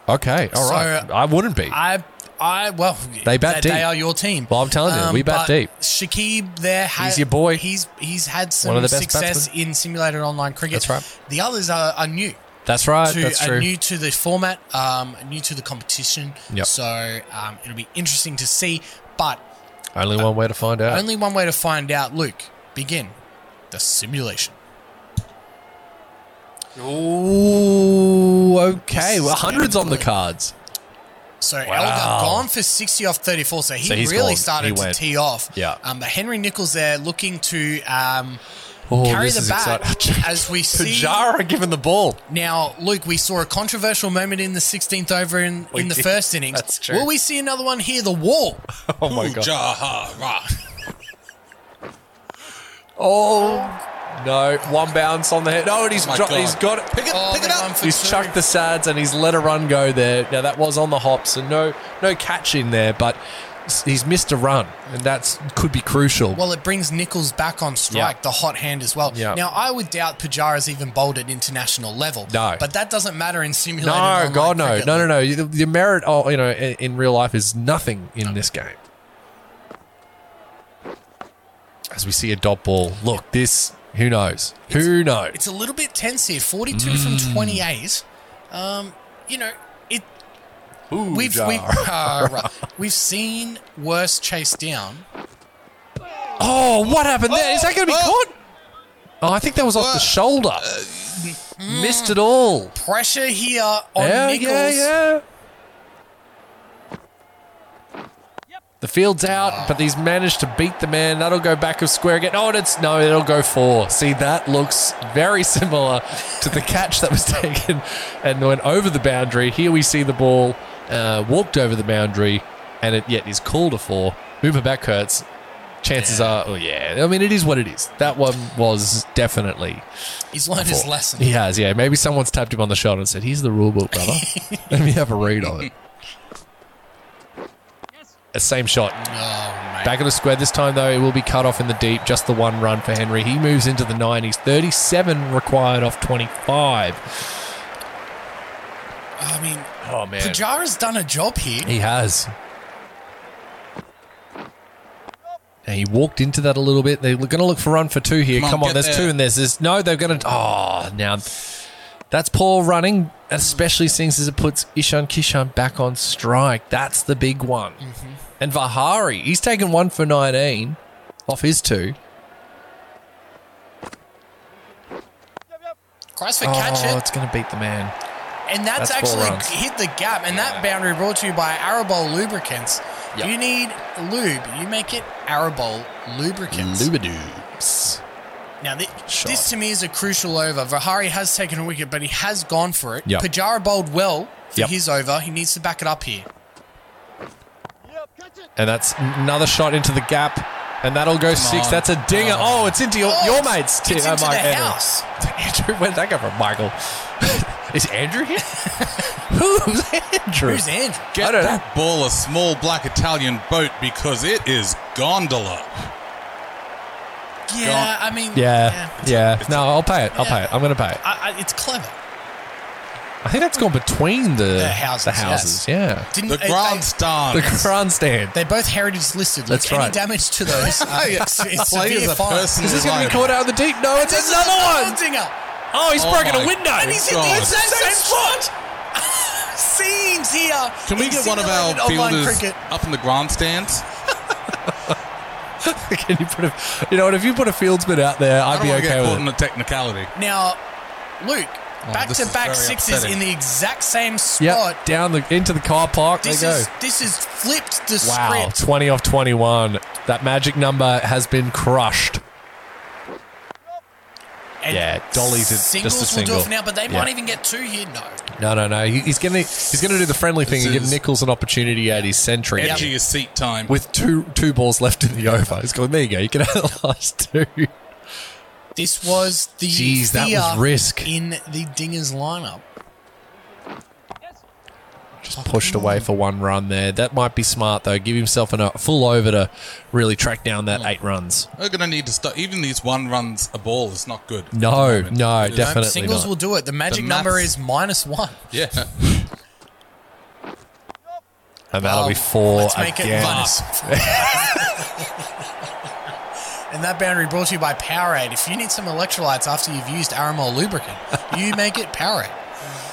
A: okay, all
E: so, uh,
A: right. I wouldn't be.
E: I, I, well,
A: They bat
E: they,
A: deep.
E: are your team. Um,
A: Well, I'm telling you, we bat
E: but
A: deep.
E: Shakib, there, ha-
A: He's your boy.
E: He's he's had some
A: One of the best
E: success in simulated online cricket.
A: That's right.
E: The others are, are new.
A: that's right.
E: to,
A: That's
E: are
A: true.
E: new to the format, um, new to the competition.
A: Yep.
E: So um, it'll be interesting to see. But
A: only one way to find out.
E: <laughs> only one way to find out, Luke. Begin the simulation.
A: Ooh, okay. Well, hundreds on the cards.
E: So Elgar
A: Wow.
E: gone for 60 off 34. So he
A: So he's
E: really
A: gone.
E: started
A: He
E: to
A: went.
E: tee off.
A: Yeah.
E: Um, but Henry Nichols there looking to um,
A: Oh,
E: carry
A: this
E: the
A: is <laughs>
E: bat
A: exciting.
E: as we see.
A: Pujara given the ball.
E: Now, Luke, we saw a controversial moment in the 16th over in,
A: We
E: in the
A: did.
E: first innings.
A: That's true.
E: Will we see another one here? The wall.
A: Oh my god.
F: Pujara.
A: Oh no! One bounce on the head. Oh, and he's
F: Oh my
A: dro-
F: God.
A: he's got it.
F: Pick it,
E: Oh,
F: pick it
E: the one
F: up.
E: for
A: He's
E: two.
A: chucked the sads and he's let a run go there. Now that was on the hops and no no catch in there, but s- he's missed a run and that's could be crucial.
E: Well, it brings Nichols back on strike,
A: Yeah.
E: the hot hand as well.
A: Yeah.
E: Now, I would doubt Pujara's even bowled at international level.
A: No.
E: But that doesn't matter in simulated.
A: no,
E: online
A: God, no,
E: cricket.
A: no, no, no. The, the merit, oh, you know, in, in real life is nothing in this game. As we see a dot ball. Look, this. Who knows? who knows?
E: It's a little bit tense here. 42
A: Mm.
E: from 28. Um, you know, it. we've,
A: Pujar.
E: we've, <laughs> uh, right. we've seen worse chase down.
A: Oh, what happened there? Is that going to be
F: Oh.
A: caught? Oh, I think that was off the
F: Uh,
A: shoulder. Missed it all.
E: Pressure here on
A: Yeah,
E: Nichols.
A: yeah, yeah. The field's out, but he's managed to beat the man. That'll go back of square again. Oh, and it's no, it'll go four. See, that looks very <laughs> similar to the catch that was <laughs> taken and went over the boundary. Here we see the ball uh, walked over the boundary, and it yet is called a four. Boomer back hurts. Chances are, oh yeah. I mean, it is what it is. That one was definitely
E: He's learned his lesson.
A: he has, yeah. Maybe someone's tapped him on the shoulder and said, "Here's the rule book, brother. Let me have a read on it." A same shot.
E: Oh, mate.
A: Back of the square this time, though, it will be cut off in the deep. Just the one run for Henry. He moves into the 90s. 37 required off 25.
E: I mean,
A: Oh, man.
E: Pujara's done a job here.
A: He has. And he walked into that a little bit. They're going to look for run for two here.
F: Come
A: Come on,
F: on, get
A: there's
F: there.
A: two and there's this. No, they're going to. Oh, now that's poor running, especially since as it puts Ishan Kishan back on strike. That's the big one. And Vahari, he's taken one for 19 off his two.
E: Christ for
A: Oh,
E: catch it.
A: it's going to beat the man.
E: And that's,
A: That's four
E: actually
A: runs.
E: hit the gap. And that boundary brought to you by Arabol Lubricants.
A: Yep.
E: You need lube, you make it Arabol Lubricants.
A: Lubidoobs.
E: now, thi-
A: Shot.
E: this to me is a crucial over. Vahari has taken a wicket, but he has gone for it.
A: Yep.
E: Pajara bowled well for
A: Yep.
E: his over. He needs to back it up here.
A: And that's another shot into the gap. And that'll go six.
F: on.
A: That's a dinger. Oh, it's into your,
E: Oh,
A: your
E: it's-
A: mates, Tim.
E: it's
A: oh,
E: into
A: Mike
E: the
A: Henry.
E: house.
A: <laughs> Andrew, where'd that go from? Michael. <laughs> Is Andrew here? <laughs> Who's Andrew?
E: Who's Andrew?
A: I
F: Get
A: don't
F: that ball a small black Italian boat because it is gondola.
E: Yeah, I mean,
A: Yeah, yeah. No, I'll pay it. I'll
E: Yeah.
A: pay it. I'm going to pay it.
E: I, I, it's clever.
A: I think that's gone between the,
E: The houses,
A: The houses, yeah.
E: Didn't
F: The
E: they-
F: grandstand.
A: The grandstand.
E: They, are both heritage listed. Look,
A: That's
E: any
A: right.
E: damage
A: <laughs>
E: to those? Uh,
F: Yeah.
E: it's, it's
F: Play
E: severe
F: as a
E: fine.
F: person.
A: Is this going to be caught out in the deep? No, it's
E: This is
A: another one.
E: dinger.
A: Oh, he's
F: Oh
A: broken
F: my
A: a window.
F: God.
E: And he's in the
F: God.
E: exact same spot. <laughs> Seams here.
F: Can we
E: in
F: get one of our
E: simulated online
F: fielders
E: cricket.
F: up in the grandstands?
A: <laughs> Can you put a, you know what? If you put a fieldsman out there,
F: I
A: I'd
F: don't
A: be
F: want to
A: okay
F: get caught
A: with
F: in
A: it.
F: a technicality.
E: Now, Luke,
A: Oh,
E: back
F: this
E: to
F: is
E: back
F: very
E: sixes
F: upsetting.
E: in the exact same spot.
A: Yep, down the into the car park
E: This
A: they go.
E: is this is flipped the
A: Wow,
E: script.
A: 20 off 21. That magic number has been crushed.
E: And
A: Yeah, Dolly's a- just a
E: singles
A: single.
E: will do it for now, but they
A: Yeah.
E: might even get two here. No,
A: No, no, no. He, he's gonna he's gonna do the friendly thing and give
F: is-
A: Nichols an opportunity at his century
F: Edgy as seat time.
A: with two two balls left in the over. He's going there. You go. You can <laughs> have the last two.
E: this was the
A: Jeez, that was
E: fear
A: risk.
E: in the Dingers lineup.
B: Yes.
A: Just pushed away for one run there. That might be smart though. Give himself an, a full over to really track down
E: Mm.
A: that eight runs.
F: We're going to need to stop. Even these one runs a ball is not good.
A: No, no,
F: That
A: definitely
E: Singles
A: not.
E: will do it. The magic
F: The
E: number
F: maths-
E: is minus one.
F: Yeah.
A: and that'll be
E: Um,
A: 4
E: Let's make it
A: again.
E: fast.
A: <laughs>
E: and that boundary brought to you by Powerade. If you need some electrolytes after you've used Aramol lubricant, you make it Powerade.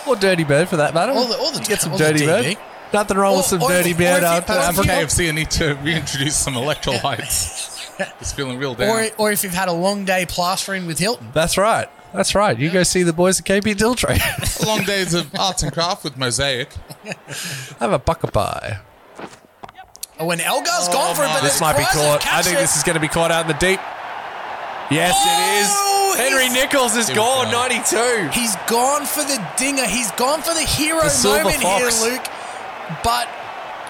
A: or dirty bird for that matter.
E: All the- all the-
A: You get some
E: all the
A: dirty
E: DB.
A: bird. Nothing wrong with
E: Or-
A: some
E: or if
A: dirty
E: you-
A: bird
E: or if you
A: after
E: pass
A: after
E: the
A: that.
E: ball-
F: KFC, I need to reintroduce some electrolytes. It's feeling real down.
E: Or, or if you've had a long day plastering with Hilton.
A: That's right. That's right. You go see the boys at KB
E: <laughs>
A: Diltray.
F: Long days of arts and craft with Mosaic.
A: Have a buck a pie.
E: When Oh, Elgar's gone for it, but
A: This might be caught. I think this is going to be caught out in the deep. Yes,
E: Oh,
A: it is. Henry
E: he's-
A: Nichols is
F: Here we
A: gone.
F: go.
A: 92.
E: He's gone for the dinger. He's gone for the hero
A: The silver
E: moment
A: fox.
E: here, Luke. But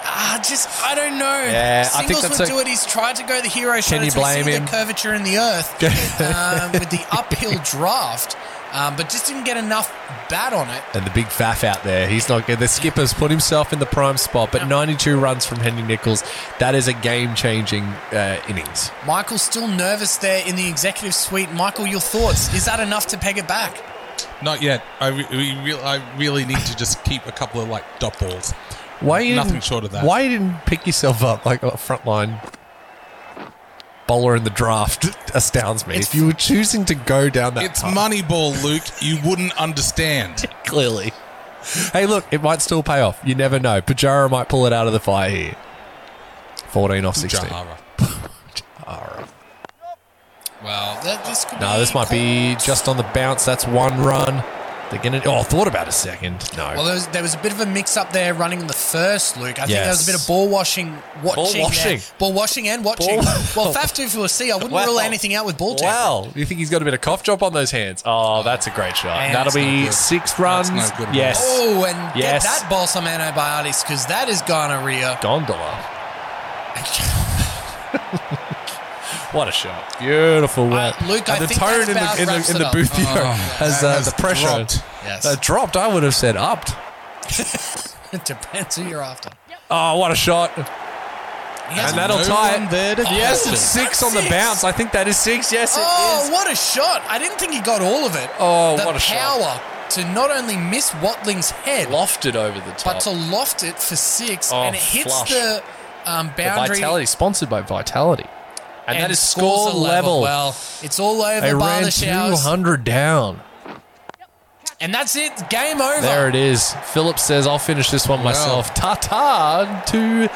E: ah, just I don't know.
A: Yeah, Uh, I think
E: Singles
A: that's
E: would
A: a-
E: do it. He's tried to go the hero shot.
A: you
E: It's- we
A: blame
E: see
A: him?
E: The curvature in the earth
A: <laughs>
E: um, with the uphill draft, um, but just didn't get enough bat on it.
A: And the big faff out there. He's not good. The skipper's put himself in the prime spot, but 92 runs from Henry Nichols. That is a game changing uh, innings.
E: Michael's still nervous there in the executive suite. Michael, your thoughts? Is that enough to peg it back?
F: Not yet. I, re- we real I really need to just keep a couple of like dot balls.
A: Why you
F: Nothing
A: didn't-
F: short of that.
A: Why you didn't pick yourself up like a frontline bowler in the draft <laughs> astounds me. if you were choosing to go down that
F: It's
A: path,
F: Moneyball, Luke. You wouldn't understand.
A: clearly. Hey, look, it might still pay off. You never know. Pajara might pull it out of the fire here. 14 off 16.
F: Jahara.
E: Well, that, this could
A: No, this might be just on the bounce. That's one run. They're going to. Oh, I thought about a second. No.
E: Well, there was, there was a bit of a mix-up there running in the first, Luke. I think there was a bit
A: Yes.
E: of ball washing, watching, there.
A: washing.
E: ball washing, and watching.
A: Ball- <laughs>
E: Well, Faf will see. I wouldn't
A: Wow.
E: rule anything out with ball tampering.
A: Wow, you think he's got a bit of cough drop on those hands? Oh, that's a great shot.
E: Man,
A: That'll
E: that's not
A: be
F: good.
A: six runs.
F: not good at all.
A: yes,
E: Oh, and
A: Yes.
E: get that ball some antibiotics because that is gonorrhea.
A: gondola. What a shot! Beautiful work,
E: Uh, Luke, I
A: And the
E: think
A: tone
E: that's
A: in
E: about
A: the in
E: wraps
A: the, in
E: it
A: the
E: up. Oh,
A: booth here has,
F: that
A: uh,
F: has
A: the pressure
F: dropped.
E: Yes.
A: Uh, dropped. I would have said upped.
E: it <laughs> depends who you're after.
A: Oh, what a shot!
E: has
A: And that'll
F: no
A: tie
F: one
A: it.
F: there to
A: yes,
F: catch it.
A: six on the
E: Six.
A: bounce. I think that is six. Yes, it is.
E: Oh, what a shot! I didn't think he got all of it.
A: Oh,
E: the
A: what a shot.
E: power to not only miss Watling's head,
A: Lofted over the top.
E: but to loft it for six,
A: Oh,
E: and it hits
A: flush.
E: the um,
A: The
E: boundary.
A: Vitality, sponsored by Vitality, and, that is
E: scores
A: score
E: a
A: level.
E: Well, it's all over
A: they
E: bar
A: ran
E: the showers.
A: 200 down.
E: And that's it. Game over.
A: There it is. Philip says, "I'll finish this one myself." Ta ta to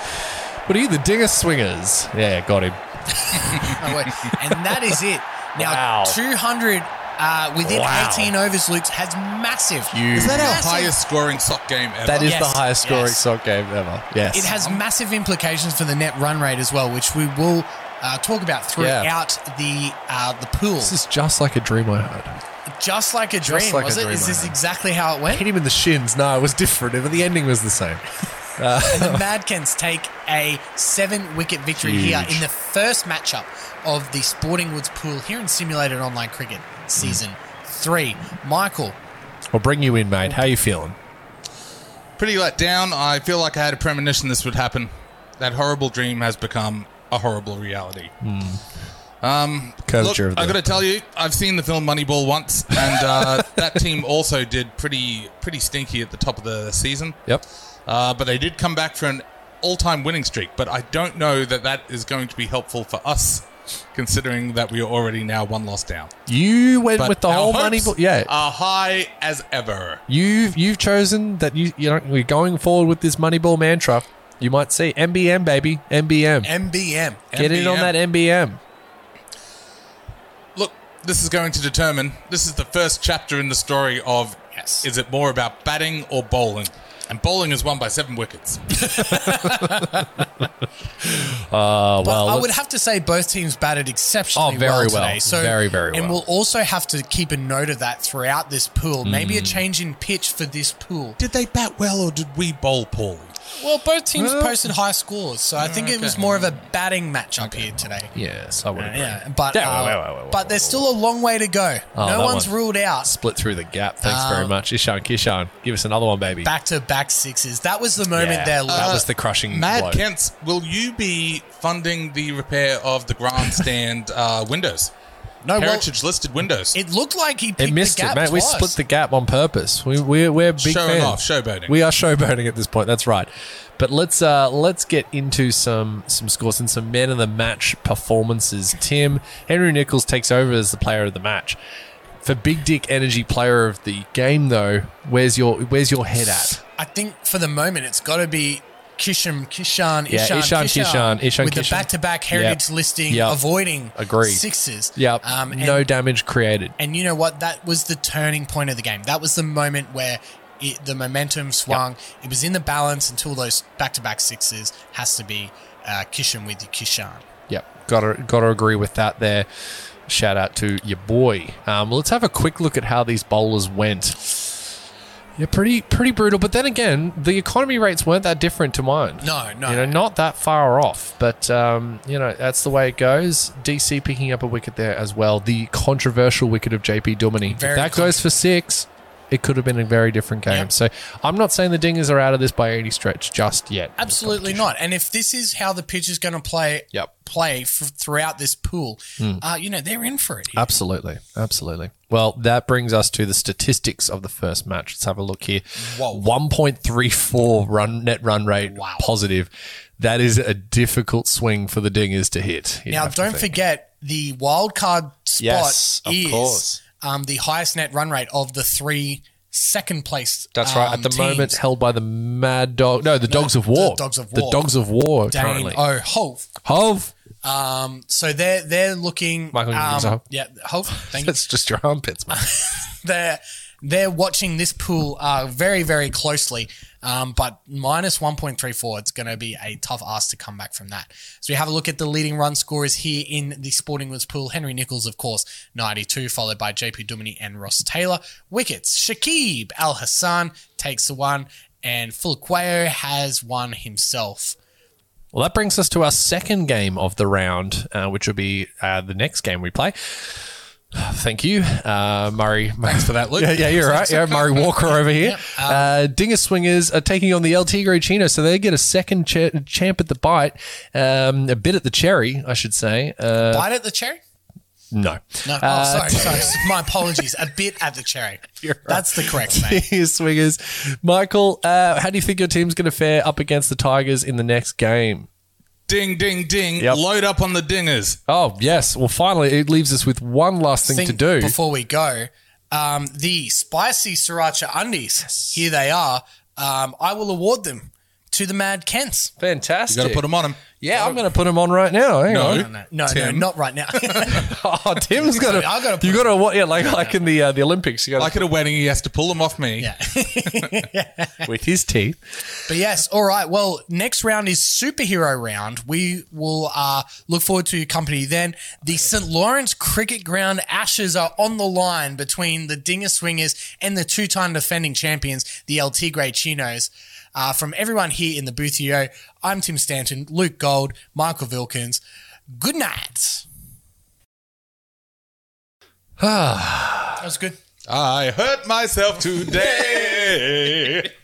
A: what are you, the Dinger Swingers? Yeah, got him.
E: Oh, wait. and that
A: <laughs>
E: is it. Now,
A: Wow.
E: 200 uh, within
A: Wow.
E: 18 overs, Luke, has massive.
A: Huge.
F: Is that our
E: Massive.
F: highest scoring sock game ever?
A: That is
E: Yes,
A: the highest scoring
E: yes.
A: sock game ever. Yes,
E: It has massive implications for the net run rate as well, which we will uh, talk about throughout the uh, the pool.
A: This is just like a dream I had.
E: just like a dream,
A: like
E: was
A: a
E: it?
A: dream,
E: Is this
A: man.
E: exactly how
A: <laughs>
E: it went?
A: Hit him in the shins. No, it was different, but the ending was the same.
E: the Madkins take a seven wicket victory here in the first matchup of the Sporting Woods Pool here in Simulated Online Cricket Season 3. Michael,
A: I'll bring you in, mate. How you feeling?
F: pretty let down. I feel like I had a premonition this would happen. That horrible dream has become a horrible reality. Look,
A: Curvature Hmm. of the.
F: I got to tell you, I've seen the film Moneyball once, and
A: <laughs>
F: uh, that team also did pretty pretty stinky at the top of the season.
A: yep.
F: Uh, but they did come back for an all-time winning streak. But I don't know that that is going to be helpful for us, considering that we are already now one loss down.
A: You went
F: But
A: with the
F: our
A: whole money.
F: hopes
A: ball- Yeah.
F: are high as ever.
A: You've you've chosen that you you know we're going forward with this Moneyball mantra. You might see MBM baby MBM.
E: MBM.
A: Get in on
F: MBM.
A: that MBM.
F: Look, this is going to determine. This is the first chapter in the story of
E: Yes.
F: is it more about batting or bowling? And bowling is won by seven wickets.
A: Uh, well,
E: I
A: let's-
E: would have to say both teams batted exceptionally
A: Oh, very
E: well
A: well.
E: today. So
A: Very, very
E: And
A: well.
E: we'll also have to keep a note of that throughout this pool. Maybe a change in pitch for this pool.
F: Did they bat well or did we bowl poorly?
E: Well, both teams posted high scores, so I think it was more of a batting matchup here today.
A: yes, I would agree.
E: Yeah, but
A: Yeah,
E: uh,
A: wait, wait, wait, wait,
E: but there's still a long way to go.
A: Oh,
E: no
A: that
E: one's
A: one.
E: ruled out.
A: Split through the gap. Thanks very much, Ishan Kishan. Give us another one, baby.
E: Back to back sixes. That was the moment
A: Yeah,
E: there.
A: that
E: Lou.
A: was the crushing blow.
F: Mad Kents, will you be funding the repair of the grandstand uh, windows?
A: Uh,
E: no, well,
F: Heritage listed windows.
E: it looked like he picked
A: It missed
E: the
A: it,
E: gap
A: man. We
E: twice.
A: split the gap on purpose. We, we're, we're big
F: Showing
A: fans.
F: off, showboating.
A: We are showboating at this point. That's right. But let's uh, let's get into some some scores and some men of the match performances. Tim Henry Nichols takes over as the player of the match. For Big Dick Energy Player of the Game, though, where's your where's your head at?
E: I think for the moment it's got to be Kisham Kishan,
A: Yeah,
E: Ishan,
A: Ishan
E: Kishan,
A: Kishan, Ishan
E: with the
A: Kishan.
E: back-to-back heritage
A: Yep.
E: listing,
A: Yep.
E: avoiding
A: Agreed.
E: sixes.
A: Yep.
E: Um, and,
A: no damage created.
E: and you know what? That was the turning point of the game. That was the moment where it, the momentum swung. It was in the balance until those back-to-back sixes has to be uh, Kishan with your Kishan.
A: Yep, gotta gotta agree with that there. Shout out to your boy. Um, let's have a quick look at how these bowlers went. Yeah, pretty pretty brutal. But then again, the economy rates weren't that different to mine.
E: No, no.
A: you know, not that far off. But um, you know, that's the way it goes. DC picking up a wicket there as well. The controversial wicket of JP Duminy. If
E: Very
A: that goes for six. It could have been a very different game.
E: Yeah.
A: So I'm not saying the dingers are out of this by any stretch just yet.
E: Absolutely not. And if this is how the pitch is going to play
A: Yep. Hmm.
E: play f- throughout this pool, uh, you know they're in for it. here.
A: Absolutely. Absolutely. Well, that brings us to the statistics of the first match. Let's have a look here.
E: Whoa.
A: 1.34 run net run rate
E: Wow.
A: positive. That is a difficult swing for the dingers to hit. you
E: Now,
A: have to
E: don't
A: think.
E: forget the wild card spot
A: Yes, of
E: is
A: course.
E: Um, the highest net run rate of the three second place.
A: That's right.
E: um,
A: At the
E: teams.
A: moment, held by the Mad Dog. No, the Dogs of War.
E: Dogs of War.
A: The Dogs of War
E: Dane
A: currently.
E: O Hove.
A: Hove.
E: Um, so they're they're looking.
A: Michael Higgins,
E: um,
A: Hove.
E: yeah, Hove.
A: <laughs>
E: Thank you.
A: That's just your armpits, man.
E: They're they're watching this pool uh, very very closely. Um, but minus 1.34, it's going to be a tough ask to come back from that. So we have a look at the leading run scorers here in the Sporting Woods pool. Henry Nichols, of course, 92, followed by JP Duminy and Ross Taylor. Wickets, Shakib Al Hassan takes the one, and Fulquayo has one himself.
A: Well, that brings us to our second game of the round, uh, which will be uh, the next game we play. <sighs> Thank you, uh, Murray. <laughs> Thanks for that, Luke. Yeah, yeah you're right. Yeah, Murray Walker over <laughs> here. uh, Dinger Swingers are taking on the El Tigre Chino, so they get a second cha- champ at the bite, um, a bit at the cherry, I should say. Uh,
E: Bite at the cherry?
A: no. <laughs>
E: No,
A: Uh,
E: oh, sorry, sorry. My apologies. A bit at the cherry. That's the correct name.
A: Dinger Swingers. Michael, uh, how do you think your team's going to fare up against the Tigers in the next game?
F: Ding, ding, ding.
A: Yep.
F: Load up on the dingers.
A: Oh, yes. Well, finally, it leaves us with one last thing,
E: thing
A: to do.
E: before we go. Um, the spicy sriracha undies. Here they are. Um, I will award them to the Mad Kents.
A: Fantastic.
F: You got to put them on them.
A: Yeah, I'm going to put them on right now. Hang
F: No.
A: on. <laughs>
E: No, no, no,
F: Tim.
E: not right now. <laughs>
A: Oh, Tim's got to.
E: I gotta put
A: you got to what? Yeah, like like in the uh, the Olympics, you got
F: Like at a wedding, he has to pull them off me.
E: yeah.
A: to with his teeth.
E: But yes, all right. Well, next round is superhero round. We will uh, look forward to your company then. The St. Lawrence Cricket Ground Ashes are on the line between the Dinger Swingers and the two time defending champions, the El Tigre Chinos. Uh, from everyone here in the booth, yo, I'm Tim Stanton, Luke Gold, Michael Vilkins. Good night. <sighs> that was good. <laughs>
F: I hurt myself today.